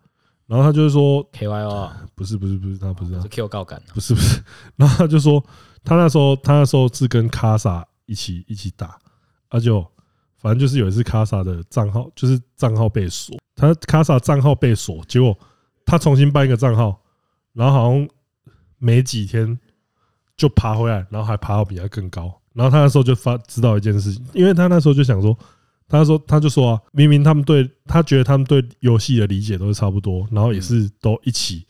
Speaker 1: 然后他就是说，
Speaker 3: KYO 啊
Speaker 1: 不是不是不是，他不是
Speaker 3: 不
Speaker 1: 他
Speaker 3: 是 Q 告感啊
Speaker 1: 不是不是，然后他就说他那时候他那时候是跟卡萨一起一起打，他就反正就是有一次卡萨的账号就是账号被锁，他卡萨账号被锁，结果他重新办一个账号，然后好像没几天就爬回来，然后还爬到比他更高，然后他那时候就发知道一件事情，因为他那时候就想说。他说，他就说啊，明明他们对他觉得他们对游戏的理解都是差不多，然后也是都一起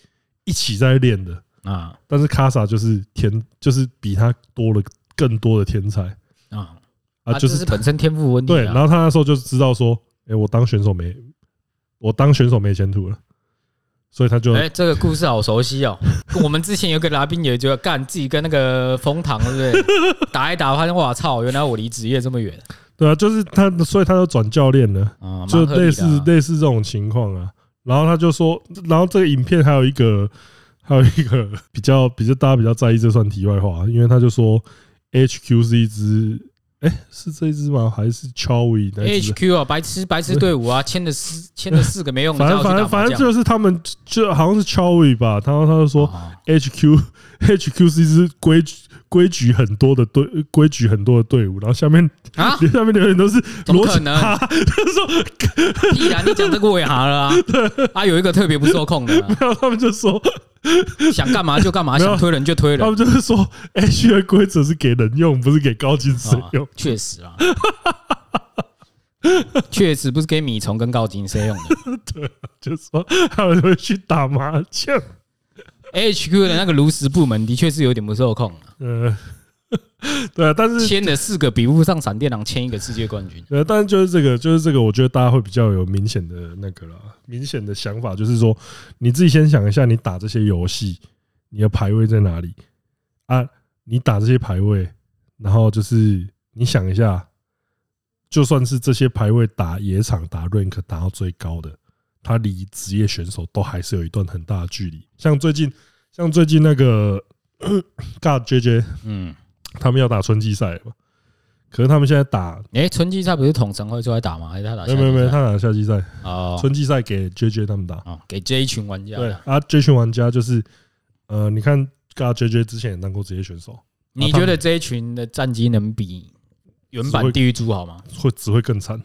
Speaker 1: 一起在练的，
Speaker 3: 啊
Speaker 1: 但是卡萨就是天，就是比他多了更多的天才
Speaker 3: 啊！
Speaker 1: 啊，
Speaker 3: 啊
Speaker 1: 就
Speaker 3: 这
Speaker 1: 是
Speaker 3: 是本身天赋问题啊。
Speaker 1: 对。然后他那时候就知道说，哎，我当选手没，我当选手没前途了，所以他就
Speaker 3: 哎，这个故事好熟悉哦。 我们之前有个来宾也觉得干自己跟那个枫糖对不对？打一打，发现哇操，原来我离职业这么远
Speaker 1: 对啊，就是他，所以他就转教练了，
Speaker 3: 啊，
Speaker 1: 就
Speaker 3: 蛮合理的啊
Speaker 1: 类似类似这种情况啊。然后他就说，然后这个影片还有一个，还有一个 比较比较大家比较在意，这算题外话，因为他就说 HQ 是一支，哎，是这一支吗？还是 Chowy 那一支？
Speaker 3: HQ 啊，白痴白痴队伍啊，签了四签了四个没用的，
Speaker 1: 反正反正反
Speaker 3: 啊
Speaker 1: 正就是他们就好像是 Chowy 吧，然后他就说
Speaker 3: 哦
Speaker 1: HQ HQ 是一支规矩规矩很多的队规矩很多的队伍，然后下面
Speaker 3: 啊，
Speaker 1: 下面留言都是
Speaker 3: 怎
Speaker 1: 罗
Speaker 3: 么可能
Speaker 1: 哈 哈他说
Speaker 3: 必然你讲这个我也 行了啊。啊，有一个特别不受控的啊，
Speaker 1: 然后他们就说
Speaker 3: 想干嘛就干嘛，
Speaker 1: 没有哦
Speaker 3: 想推人就推
Speaker 1: 他
Speaker 3: 人
Speaker 1: 们。就是说 H 的规则是给人用，不是给高精生
Speaker 3: 啊
Speaker 1: 用。
Speaker 3: 确实啊，确实不是给 米虫跟高金生用的。
Speaker 1: 就说他们会去打麻将，
Speaker 3: HQ 的那个炉石部门的确是有点不受控啊，
Speaker 1: 呃， 对啊，但是
Speaker 3: 签了四个比不上闪电狼签一个世界冠军。
Speaker 1: 呃，但是就是这个，就是这个，我觉得大家会比较有明显的那个啦，明显的想法，就是说你自己先想一下，你打这些游戏，你的排位在哪里啊？你打这些排位，然后就是你想一下，就算是这些排位打野场、打 rank 打到最高的，他离职业选手都还是有一段很大的距离。像最近，像最近那个 God JJ
Speaker 3: 嗯，
Speaker 1: 他们要打春季赛了嘛，可是他们现在打
Speaker 3: 哎，春季赛不是统神会出来打吗？还是他打夏
Speaker 1: 没
Speaker 3: 季
Speaker 1: 有没
Speaker 3: 赛？
Speaker 1: 有没有，他打夏季赛，
Speaker 3: 哦
Speaker 1: 春季赛给 JJ 他们打。
Speaker 3: 哦，给这一群玩家
Speaker 1: 对
Speaker 3: 的。
Speaker 1: 啊，这群玩家就是，呃，你看，嘎 JJ 之前也当过职业选手，
Speaker 3: 你觉得这一群的战绩能比原版地狱猪好吗？啊
Speaker 1: 会只会更惨，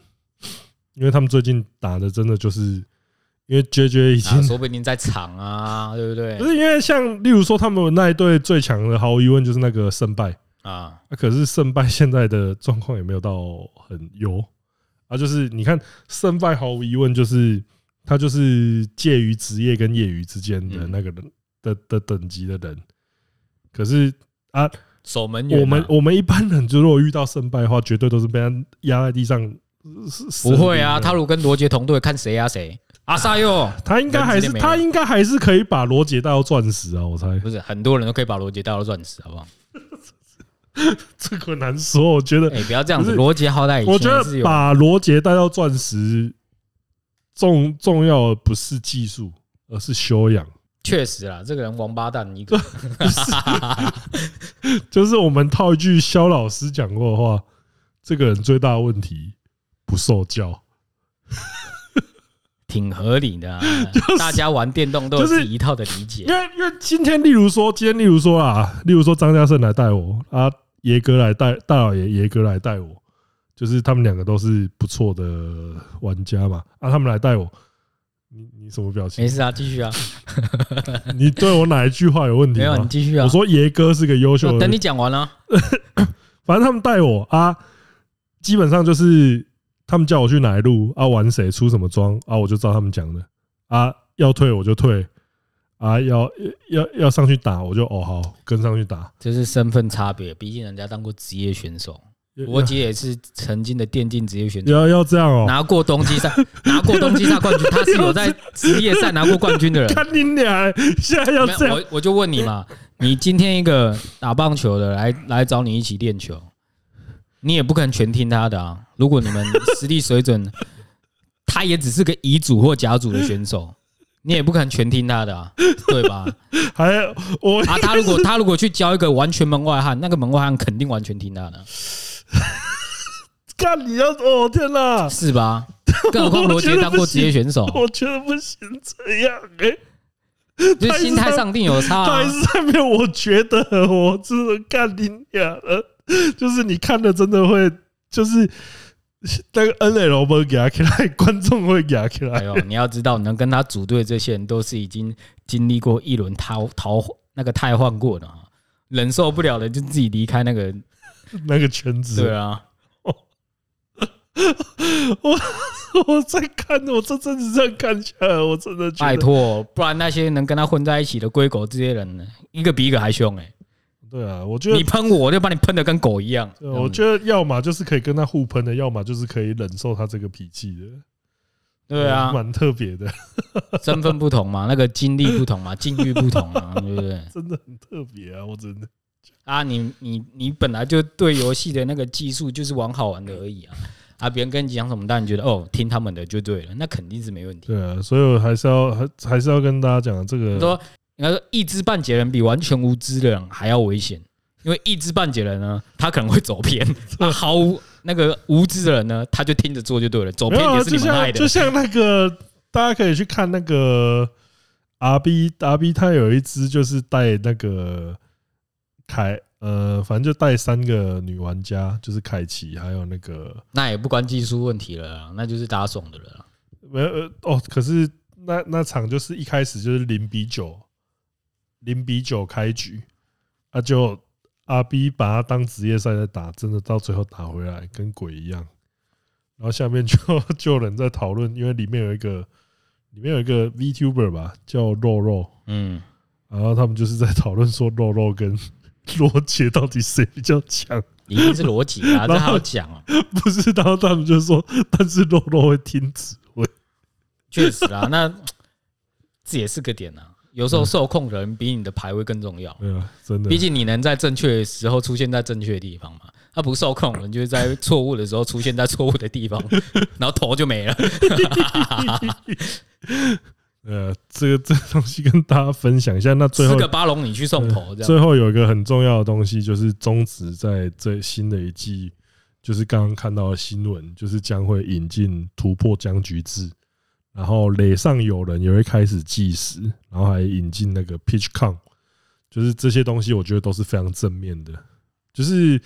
Speaker 1: 因为他们最近打的真的就是，因为 JJ 已
Speaker 3: 啊，
Speaker 1: 经
Speaker 3: 说不定在场啊，对
Speaker 1: 不
Speaker 3: 不对？
Speaker 1: 是因为像例如说他们那一队最强的，毫无疑问就是那个胜败，
Speaker 3: 啊，
Speaker 1: 啊，可是胜败现在的状况也没有到很优啊，就是你看胜败毫无疑问就是他就是介于职业跟业余之间的
Speaker 3: 嗯
Speaker 1: 那个人的的等级的人，可是啊，
Speaker 3: 守门员啊，
Speaker 1: 我们我们一般人就如果遇到胜败的话，绝对都是被他压在地上。是
Speaker 3: 不会啊，他
Speaker 1: 他
Speaker 3: 如果跟罗杰同队，看谁压谁。
Speaker 1: 啊
Speaker 3: 阿萨哟，
Speaker 1: 他应该还
Speaker 3: 人直
Speaker 1: 是
Speaker 3: 接没了
Speaker 1: 他应该还是可以把罗杰带到钻石啊，我猜
Speaker 3: 不是很多人都可以把罗杰带到钻石，好不好？
Speaker 1: 这个难说，我觉得
Speaker 3: 哎，不要这样
Speaker 1: 不
Speaker 3: 子，
Speaker 1: 是
Speaker 3: 罗杰好歹以
Speaker 1: 我
Speaker 3: 前
Speaker 1: 觉
Speaker 3: 也是
Speaker 1: 得
Speaker 3: 有
Speaker 1: 把罗杰带到钻石，重重要的不是技术，而是修 养。
Speaker 3: 确实啦，这个人王八蛋一个。
Speaker 1: 就是我们套一句肖老师讲过的话，这个人最大的问题不受教，
Speaker 3: 挺合理的、啊，大家玩电动都有
Speaker 1: 就是
Speaker 3: 自己一套的理解
Speaker 1: 因。为因为今天例如说，今天例如说啊，例如说张家胜来带我啊，爷哥来带大老爷爷哥来带我，就是他们两个都是不错的玩家嘛啊，他们来带我。你你什么表情
Speaker 3: 没？事啊，继续啊，
Speaker 1: 你对我哪一句话有问题
Speaker 3: 没有你
Speaker 1: 吗？
Speaker 3: 继续啊。
Speaker 1: 我说爷哥是个优秀的
Speaker 3: 我
Speaker 1: 人
Speaker 3: 等你讲完啊了、
Speaker 1: 反正他们带我啊，基本上就是他们叫我去哪一路啊，玩谁出什么装啊，我就照他们讲的啊，要退我就退啊，要要要上去打我就哦好跟上去打。
Speaker 3: 就是身份差别，毕竟人家当过职业选手，罗
Speaker 1: 我
Speaker 3: 杰也是曾经的电竞职业选手，
Speaker 1: 要要这样 哦，
Speaker 3: 拿过冬季赛， 拿过冬季赛冠军，他是有在职业赛拿过冠军的人。
Speaker 1: 看你俩现在要
Speaker 3: 没
Speaker 1: 这
Speaker 3: 有
Speaker 1: 样，
Speaker 3: 我我就问你嘛， 你今天一个打棒球的来来找你一起练球，你也不可能全听他的啊。如果你们实力水 准，他也只是个乙组或甲组的选手，你也不可能全听他的啊，对吧？
Speaker 1: 还有我
Speaker 3: 啊，他如果他如果去教一个完全门外汉，那个门外汉肯定完全听他的，
Speaker 1: 看你要哦天哪，
Speaker 3: 是哦吧？更何况罗杰当过职业 选手，
Speaker 1: 我觉得不行这样哎，
Speaker 3: 就是心态上定有差、
Speaker 1: 他还
Speaker 3: 啊。
Speaker 1: 是在面，我觉得我真的看你俩了， 就是你看的真的会，就是那个 N L 不压起来，观众会压起
Speaker 3: 哎
Speaker 1: 来。
Speaker 3: 呦，你要知道，能跟他组队的这些人都是已经经历过一轮淘淘那个汰换过的、啊，忍受不了的就自己离开那个。
Speaker 1: 那个圈
Speaker 3: 对
Speaker 1: 子，
Speaker 3: 啊，
Speaker 1: 我在看，我这阵子这样看下来，我真的觉
Speaker 3: 拜
Speaker 1: 得，
Speaker 3: 托，不然那些能跟他混在一起的龟狗这些人呢，一个比一个还凶哎、
Speaker 1: 对啊，我觉
Speaker 3: 你
Speaker 1: 得。
Speaker 3: 喷我，我就把你喷的跟狗一样。
Speaker 1: 对我觉得要么就是可以跟他互喷的，要么就是可以忍受他这个脾气的。
Speaker 3: 对啊，
Speaker 1: 蛮特别的，
Speaker 3: 身份不同嘛，那个经历不同嘛，境遇不同啊，对不对？
Speaker 1: 真的很特别啊！我真的，
Speaker 3: 啊，你你你本来就对游戏的那个技术就是玩好玩的而已啊。啊，别人跟你讲什么，当然觉得哦，听他们的就对了，那肯定是没问题。
Speaker 1: 对啊，所以我还是要还还是要跟大家讲这
Speaker 3: 你
Speaker 1: 个，
Speaker 3: 说，应该说一知半解人比完全无知的人还要危险，因为一知半解人呢，他可能会走 偏；啊、毫无那个无知的人呢，他就听着做就对了，走
Speaker 1: 没
Speaker 3: 偏
Speaker 1: 有啊，
Speaker 3: 也是
Speaker 1: 就
Speaker 3: 你们
Speaker 1: 像
Speaker 3: 害
Speaker 1: 就
Speaker 3: 的。
Speaker 1: 像那个， 大家可以去看那个 R B R B，它有一只就是带那个凯呃，反正就带三个女玩家，就是凯奇还有那个
Speaker 3: 那也不关技术问题了
Speaker 2: 啊
Speaker 3: 啦，那就是打爽的了啦。
Speaker 1: 没有呃哦，可是那那场就是一开始就是零比九，零比九开局，那就 R B 把它当职业赛在打，真的到最后打回来跟鬼一样。然后下面 就就有人在讨论，因为里面有一个里面有一个 VTuber 吧，叫肉肉，
Speaker 3: 嗯，
Speaker 1: 然后他们就是在讨论说肉肉跟 罗杰到底谁比较强，
Speaker 2: 一定是逻辑啊，
Speaker 1: 然后
Speaker 2: 这还要讲啊，
Speaker 1: 不知道他们就说，但是肉肉会听指挥，
Speaker 2: 确实啊，那这也是个点啊。有时候受控的人比你的排位更重要，
Speaker 1: 嗯对啊，真的
Speaker 2: 毕，竟你能在正确的时候出现在正确的地方嘛。他不受控，人就是在错误的时候出现在错误的地方，然后头就没了。
Speaker 1: 呃，这个 这个东西跟大家分享一下。那最
Speaker 2: 吃
Speaker 1: 后
Speaker 2: 个巴龙，你去送头这样。
Speaker 1: 最后有一个很重要的东西，就是中职在最新的一季，就是刚刚看到的新闻，就是将会引进突破僵局制，然后垒上有人也会开始计时，然后还引进那个 pitch count，就是这些东西，我觉得都是非常正面的，就是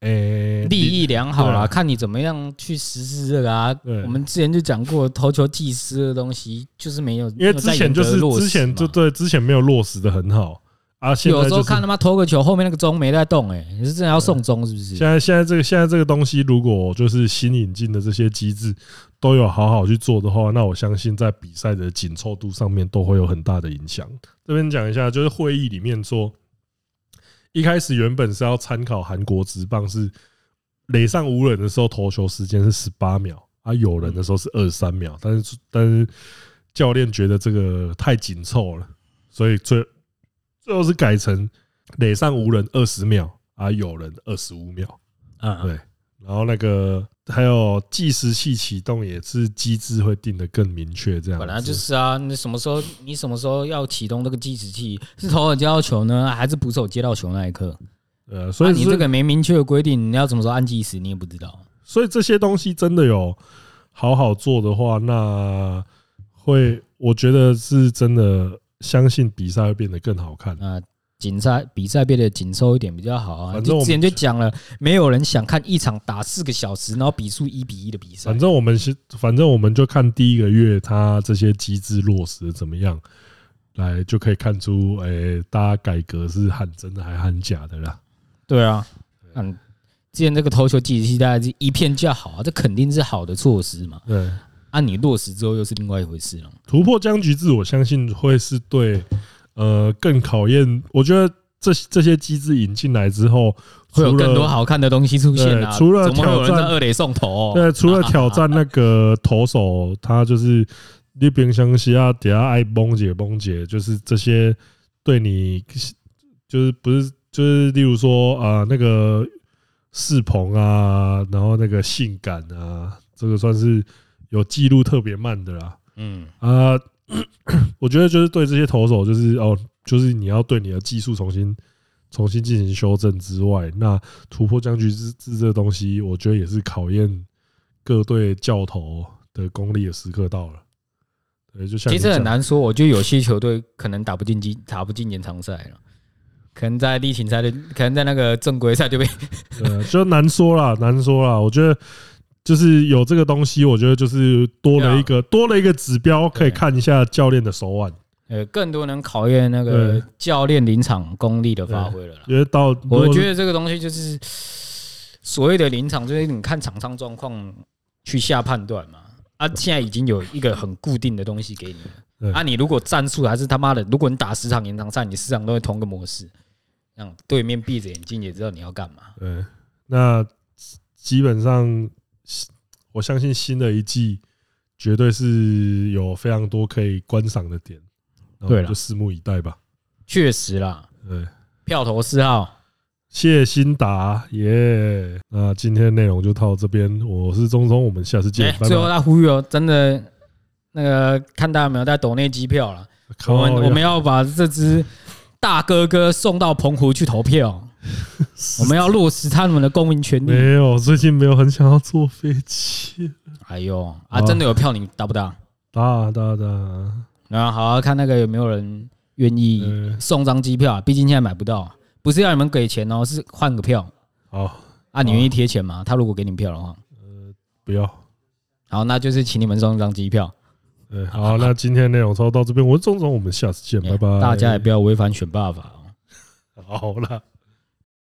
Speaker 1: 诶、
Speaker 3: 利益良好
Speaker 1: 对
Speaker 3: 啦，
Speaker 1: 啊
Speaker 3: 看你怎么样去实施这个啊。
Speaker 1: 对
Speaker 3: 我们之前就讲过，投球技师的东西就是没有，
Speaker 1: 因为之前就是之前就
Speaker 3: 就
Speaker 1: 对之前没有落实的很好啊，现
Speaker 3: 有
Speaker 1: 在
Speaker 3: 时
Speaker 1: 就
Speaker 3: 候
Speaker 1: 是
Speaker 3: 看他妈投个球，后面那个钟没在动，哎，你是真的要送钟是不是？
Speaker 1: 现在现在这个现在这个东西，如果就是新引进的这些机制都有好好去做的话，那我相信在比赛的紧凑度上面都会有很大的影响。这边讲一下，就是会议里面说，一开始原本是要参考韩国职棒是垒上无人的时候投球时间是十八秒，啊有人的时候是二十三秒，但是但是教练觉得这个太紧凑了，所以最最后是改成垒上无人二十秒，啊有人二十五秒。
Speaker 2: 嗯，
Speaker 3: 啊
Speaker 1: 对然后那个还有计时器启动也是机制会定的更明确，这样
Speaker 2: 本来
Speaker 1: 子
Speaker 2: 就是啊，你什么时候你什么时候要启动这个计时器？
Speaker 3: 是投手接到球呢，还是捕手接到球那一刻？
Speaker 1: 呃，所
Speaker 3: 所以
Speaker 1: 以
Speaker 3: 啊你
Speaker 1: 是
Speaker 3: 这个没明确的规定，你要什么时候按计时，你也不知道。
Speaker 1: 所以这些东西真的有好好做的话，那会我觉得是真的相信比赛会变得更好看。
Speaker 3: 那锦赛比赛变得紧凑一点比较好啊。
Speaker 1: 反正我
Speaker 3: 就
Speaker 1: 们
Speaker 3: 之前就讲了，没有人想看一场打四个小时，然后比数一比一的比赛
Speaker 1: 反。正我们是，反正我们就看第一个月它这些机制落实的怎么样，来就可以看出，诶、大家改革是喊真的还喊假的啦。
Speaker 3: 对啊，嗯，之前这个投球计时器大家是一片叫好啊，这肯定是好的措施嘛。
Speaker 1: 对，
Speaker 3: 啊，你落实之后又是另外一回事了。
Speaker 1: 突破僵局制，我相信会是对呃更考验。我觉得这这些机制引进来之后，
Speaker 3: 会有
Speaker 1: 除了
Speaker 3: 更多好看的东西出现啊！
Speaker 1: 对除了
Speaker 3: 怎么会有人
Speaker 1: 挑
Speaker 3: 在
Speaker 1: 战
Speaker 3: 二垒送头、哦？
Speaker 1: 对，除了挑战那个投手，他就是你冰箱西啊，底下爱崩解崩解，就是这些对你就是不是就是例如说啊、呃那个世鹏啊，然后那个性感啊，这个算是有记录特别慢的啦。
Speaker 2: 嗯，
Speaker 1: 啊、 我觉得就是对这些投手，就是哦，就是你要对你的技术重新重新进行修正之外，那突破僵局制制这个东西，我觉得也是考验各队教头的功力的时刻到了。对，就像
Speaker 3: 其
Speaker 1: 你
Speaker 3: 实很
Speaker 1: 讲，
Speaker 3: 难说，我觉得有些球队可能打不进进打不进延长赛了，可能在例行赛的，可能在那个正规赛就被
Speaker 1: 呃，就难说啦，难说啦。我觉得就是有这个东西，我觉得就是多了一个
Speaker 3: 啊
Speaker 1: 多了一个指标，可以
Speaker 3: 对
Speaker 1: 看一下教练的手腕。
Speaker 3: 呃更多能考验那个
Speaker 1: 对
Speaker 3: 教练临场功力的发挥了啦。
Speaker 1: 因为到
Speaker 3: 我觉
Speaker 1: 得
Speaker 3: 得这个东西就是所谓的临场，就是你看场上状况去下判断嘛。啊，现在已经有一个很固定的东西给你
Speaker 1: 对
Speaker 3: 了。啊，你如果战术还是他妈的，如果你打十场延长赛，你十场都会同个模式，让对面闭着眼睛也知道你要干嘛。
Speaker 1: 对，那基本上我相信新的一季绝对是有非常多可以观赏的点，然后
Speaker 3: 对
Speaker 1: 我
Speaker 3: 啦
Speaker 1: 们就拭目以待吧。
Speaker 3: 确实啦，
Speaker 1: 对，
Speaker 3: 票投四号，
Speaker 1: 谢辛达耶，那今天的内容就到这边，我是钟钟，我们下次
Speaker 3: 哎、
Speaker 1: 见，拜
Speaker 3: 最后
Speaker 1: 拜。
Speaker 3: 再呼吁哦，真的那个看大家有没有在抖内机票了，我
Speaker 1: 靠
Speaker 3: 们我
Speaker 1: 呀
Speaker 3: 们要把这只大哥哥送到澎湖去 投票，我们要落实他们的公民权利。
Speaker 1: 没有，最近没有很想要坐飞机。
Speaker 3: 哎呦啊，
Speaker 1: 好
Speaker 3: 真的有票你打不打？
Speaker 1: 哒哒哒，
Speaker 3: 然后好好看那个有没有人愿意
Speaker 1: 嗯，
Speaker 3: 送张机票、啊，毕竟现在买不到，不是要你们给钱哦，是换个票
Speaker 1: 好，
Speaker 3: 啊，你愿意贴钱
Speaker 1: 哦
Speaker 3: 吗？他如果给你票的话，
Speaker 1: 不要。
Speaker 3: 好，那就是请你们送一张机票。
Speaker 1: 嗯，好，那今天的内容
Speaker 3: 哎
Speaker 1: 差不多到这边，我是钟总，我们下次见，拜拜。
Speaker 3: 大家也不要违反选罢法哦。
Speaker 1: 好了。